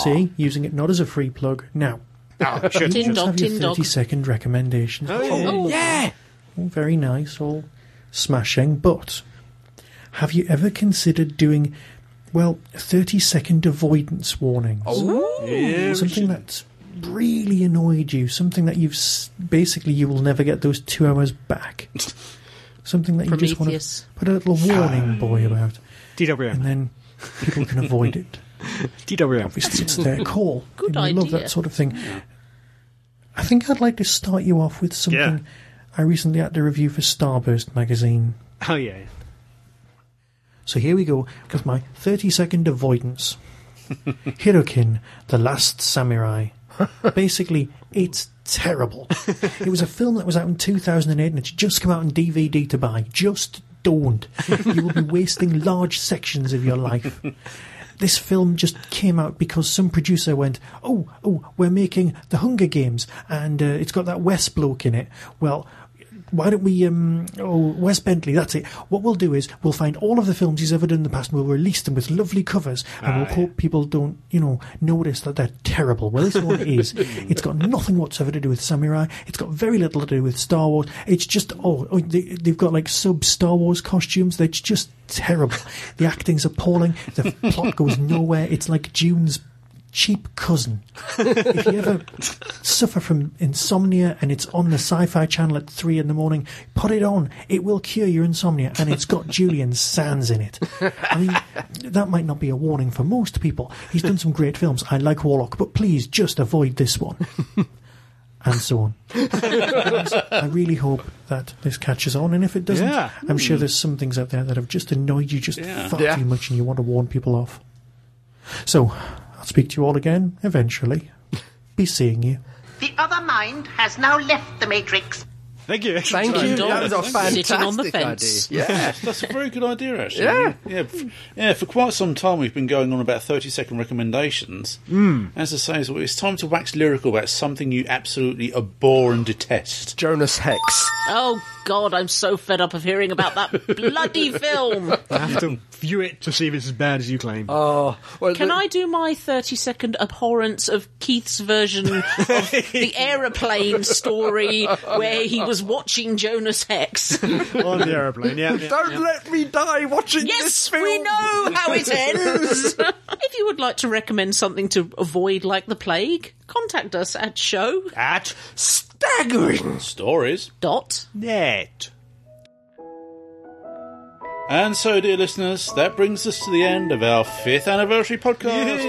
Speaker 9: See, using it not as a free plug. Now,
Speaker 2: Tin dog,
Speaker 9: just have
Speaker 2: tin
Speaker 9: your
Speaker 2: dog.
Speaker 9: thirty-second recommendations.
Speaker 2: Oh,
Speaker 9: All very nice, all smashing. But have you ever considered doing, well, thirty-second avoidance warnings? something that's really annoyed you, something that you've s- basically you will never get those two hours back. Something that you just want
Speaker 2: Prometheus.
Speaker 9: to put a little warning boy about, and
Speaker 4: dwm
Speaker 9: then people can avoid it.
Speaker 4: dwm
Speaker 9: It's, it's their call.
Speaker 2: Good
Speaker 9: and you love
Speaker 2: idea.
Speaker 9: that sort of thing. I think I'd like to start you off with something
Speaker 4: Yeah.
Speaker 9: I recently had to review for Starburst magazine.
Speaker 4: oh yeah
Speaker 9: So here we go with my 30 second avoidance. Hirokin, The Last Samurai. Basically, it's terrible. It was a film that was out in 2008 and it's just come out on DVD to buy. Just don't. You will be wasting large sections of your life. This film just came out because some producer went, "Oh, oh, we're making The Hunger Games, and uh, it's got that Wes bloke in it." Well, why don't we um oh Wes Bentley that's it what we'll do is we'll find all of the films he's ever done in the past and we'll release them with lovely covers and we'll hope people don't you know notice that they're terrible well this one is it's got nothing whatsoever to do with samurai it's got very little to do with Star Wars it's just oh, oh they, they've got like sub Star Wars costumes that's just terrible the acting's appalling the plot goes nowhere it's like June's cheap cousin if you ever suffer from insomnia and it's on the sci-fi channel at three in the morning, put it on. It will cure your insomnia, and it's got Julian Sands in it. I mean, that might not be a warning for most people. He's done some great films. I like Warlock, but please just avoid this one. And so on. I really hope that this catches on, and if it doesn't,
Speaker 4: Yeah.
Speaker 9: I'm sure there's some things out there that have just annoyed you just far
Speaker 5: Yeah.
Speaker 9: too much, and you want to warn people off. So, I'll speak to you all again eventually. Be seeing you.
Speaker 8: The other mind has now left the matrix.
Speaker 4: thank you
Speaker 5: Thank you.
Speaker 2: dog.
Speaker 5: That was a fantastic
Speaker 2: Sitting on the fence.
Speaker 5: idea. Yeah.
Speaker 3: That's a very good idea, actually.
Speaker 5: Yeah.
Speaker 3: yeah, f- yeah. For quite some time, we've been going on about thirty-second recommendations. Mm. As I say, so it's time to wax lyrical about something you absolutely abhor and detest.
Speaker 5: Jonas Hex.
Speaker 2: oh God! I'm so fed up of hearing about that bloody film.
Speaker 4: i have to view it to see if it's as bad as you claim
Speaker 5: Oh, well,
Speaker 2: Can
Speaker 5: the-
Speaker 2: I do my 30 second abhorrence of Keith's version of the aeroplane story where he was watching Jonas Hex?
Speaker 4: on the aeroplane yeah, yeah.
Speaker 5: Don't let me die watching this
Speaker 2: yes,
Speaker 5: film.
Speaker 2: we know how it ends! if you would like to recommend something to avoid like the plague, contact us at show
Speaker 4: at
Speaker 5: Staggering.
Speaker 3: Stories.
Speaker 2: dot
Speaker 4: net
Speaker 3: And so, dear listeners, that brings us to the end of our fifth anniversary podcast.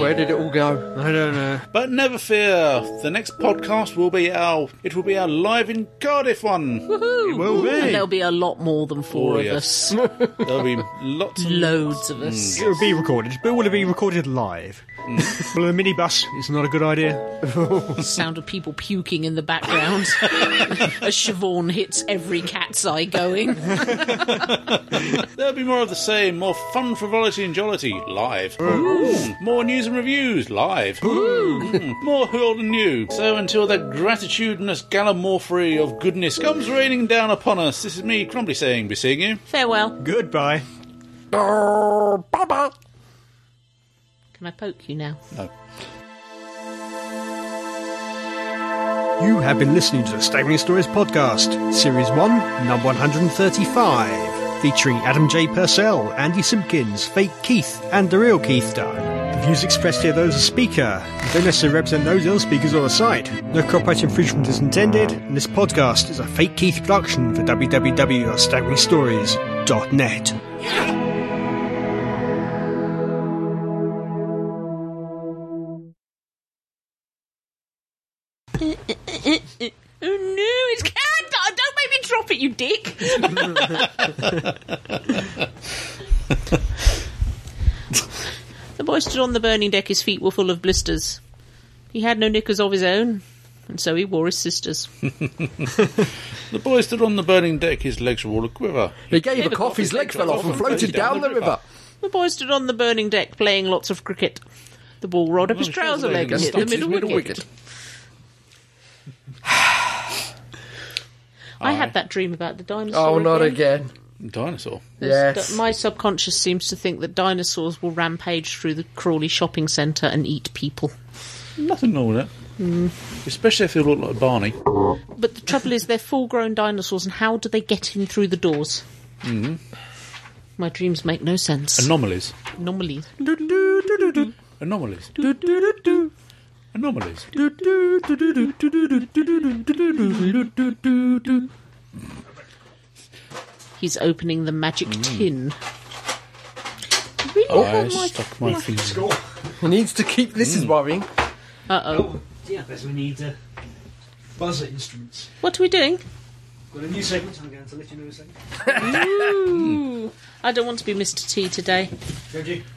Speaker 5: Where did it all go?
Speaker 4: I don't know.
Speaker 3: But never fear, the next podcast will be our it will be our live in Cardiff one.
Speaker 2: Woohoo!
Speaker 4: will be.
Speaker 2: And there'll be a lot more than four
Speaker 3: Oh,
Speaker 2: of
Speaker 3: yes. Mm.
Speaker 2: us.
Speaker 3: There'll be lots and
Speaker 2: Loads of us.
Speaker 4: It will be recorded, but will it be recorded live? well, a minibus is not a good idea.
Speaker 2: sound of people puking in the background as Siobhan hits every cat's eye going.
Speaker 3: There'll be more of the same, more fun, frivolity, and jollity live. Mm. More news and reviews live. Mm. More who old and new. So until the gratitudinous gallimorphery of goodness comes raining down upon us, this is me, Crumbly, saying, "Be seeing you."
Speaker 2: Farewell.
Speaker 4: Goodbye.
Speaker 5: Oh,
Speaker 2: Can I poke you now?
Speaker 4: You have been listening to the Staggering Stories podcast, Series 1, number 135, featuring Adam J. Purcell, Andy Simpkins, Fake Keith, and the real Keith Dunn. The views expressed here are those of the speaker and don't necessarily represent those of the speakers or the site. No copyright infringement is intended, and this podcast is a Fake Keith production for www.staggeringstories.net.
Speaker 2: Oh no, it's cat! Don't make me drop it, you dick! the boy stood on the burning deck, his feet were full of blisters. He had no knickers of his own, and so he wore his sister's.
Speaker 3: The boy stood on the burning deck; his legs were all a quiver.
Speaker 5: He gave a cough, his leg fell off and floated down the river.
Speaker 2: The boy stood on the burning deck playing lots of cricket. The ball rolled up his trouser leg and hit the
Speaker 5: Stumped his
Speaker 2: middle
Speaker 5: middle
Speaker 2: wicket.
Speaker 5: wicket.
Speaker 2: I had that dream about the dinosaur.
Speaker 5: Oh, not again.
Speaker 3: Dinosaur.
Speaker 5: Yes.
Speaker 2: My subconscious seems to think that dinosaurs will rampage through the Crawley shopping centre and eat people.
Speaker 3: Nothing wrong with that. Especially if they look like Barney.
Speaker 2: But the trouble is, they're full grown dinosaurs, and how do they get in through the doors? Mm-hmm. My dreams make no sense.
Speaker 3: Anomalies.
Speaker 2: Anomalies.
Speaker 3: Anomalies. Anomalies.
Speaker 2: He's opening the magic tin. Really?
Speaker 3: I
Speaker 2: want my-
Speaker 3: stuck my finger.
Speaker 5: He needs to keep. This is worrying.
Speaker 4: Yeah, there's we need uh, buzzer instruments.
Speaker 2: What are we doing?
Speaker 4: Got a new segment, I'm going to let you know in a second.
Speaker 2: Ooh. I don't want to be Mr. T today.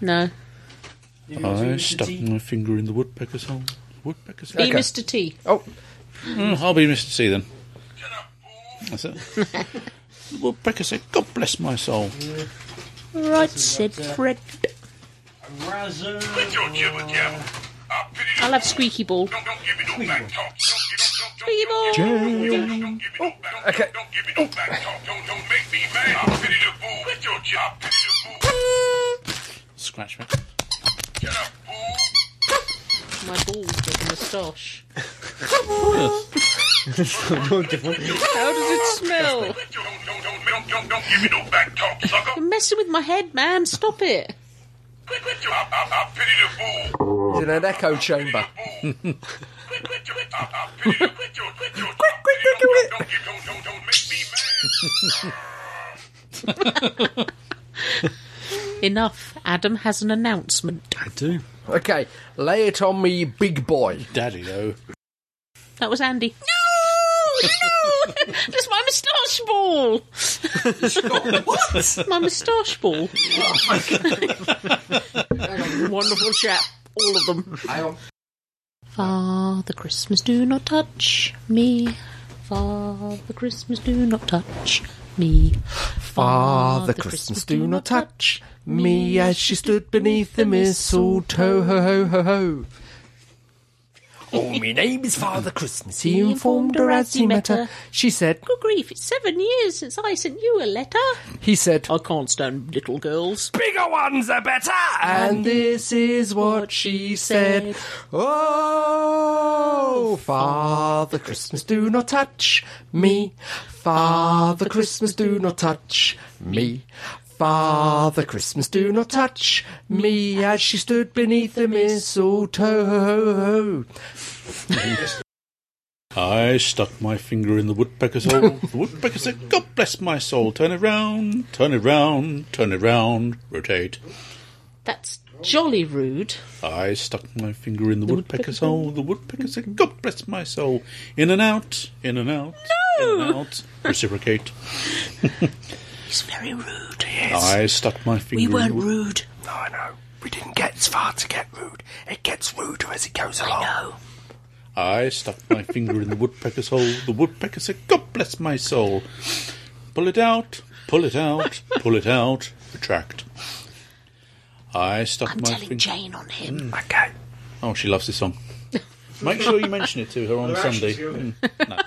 Speaker 2: No.
Speaker 3: I stuck my finger in the woodpecker's hole. Woodpecker's hole.
Speaker 2: Be Mr. T.
Speaker 3: Mm, I'll be Mr. C then. That's it. the woodpecker said, God bless my soul.
Speaker 2: Right, said Fred.
Speaker 6: Quit your jibber jabber. I'll pity you.
Speaker 2: I'll have Squeaky Ball.
Speaker 6: Don't, don't give me no back talk.
Speaker 2: Squeaky Ball!
Speaker 5: okay.
Speaker 6: Don't give me no back talk. Don't, don't make me mad. I'll pity the fool. Quit your jib. I'll pity the fool.
Speaker 3: Scratch me.
Speaker 6: Get up, fool.
Speaker 2: My balls with a moustache. How does it smell?
Speaker 6: Quit your, don't, don't, don't, don't, don't, don't give me no back talk, sucker.
Speaker 2: You're messing with my head, man. Stop it.
Speaker 6: Quit, quit your, I'll, I'll, I'll pity the fool.
Speaker 5: He's in an echo chamber.
Speaker 6: Quit, quit your, I'll, I'll pity the, quit your, quit your, quit, quit, quit, quit. Don't, don't, give- don't, don't, don't make me mad.
Speaker 2: Enough. Adam has an announcement.
Speaker 4: I do.
Speaker 5: Okay, lay it on me, big boy.
Speaker 3: Daddy, though.
Speaker 2: That was Andy. No! No! That's my moustache ball! what? My moustache ball. Wonderful chap. All of them. Father Christmas, do not touch me. Father Christmas, do not touch me.
Speaker 5: Father Christmas, do not touch me as she stood beneath the mistletoe. Ho ho ho ho. Oh, my name is Father Christmas. He informed her as he met her. She said,
Speaker 2: Good grief, it's seven years since I sent you a letter.
Speaker 5: he said,
Speaker 2: I can't stand little girls.
Speaker 5: bigger ones are better. And this is what she said. Oh, Father Christmas, do not touch me. Father Christmas, do not touch me. Father Christmas, do not touch me as she stood beneath the mistletoe.
Speaker 3: I stuck my finger in the woodpecker's hole. The woodpecker said, God bless my soul. Turn it round, turn it round, turn it round, rotate.
Speaker 2: That's jolly rude.
Speaker 3: I stuck my finger in the, woodpecker's hole. The woodpecker said, God bless my soul. In and out, in and out, in and out, reciprocate.
Speaker 2: He's very rude.
Speaker 3: I stuck my finger in the wood-
Speaker 2: rude.
Speaker 5: No, I know. We didn't get as far to get rude. It gets ruder as it goes along.
Speaker 3: I stuck my finger in the woodpecker's hole. The woodpecker said, God bless my soul. Pull it out, pull it out, pull it out, retract. I stuck
Speaker 2: I'm
Speaker 3: my Hmm.
Speaker 2: telling
Speaker 3: finger.
Speaker 2: Jane on him.
Speaker 5: Okay.
Speaker 3: Oh, she loves this song. Make sure you mention it to her on Sunday. Mm, no.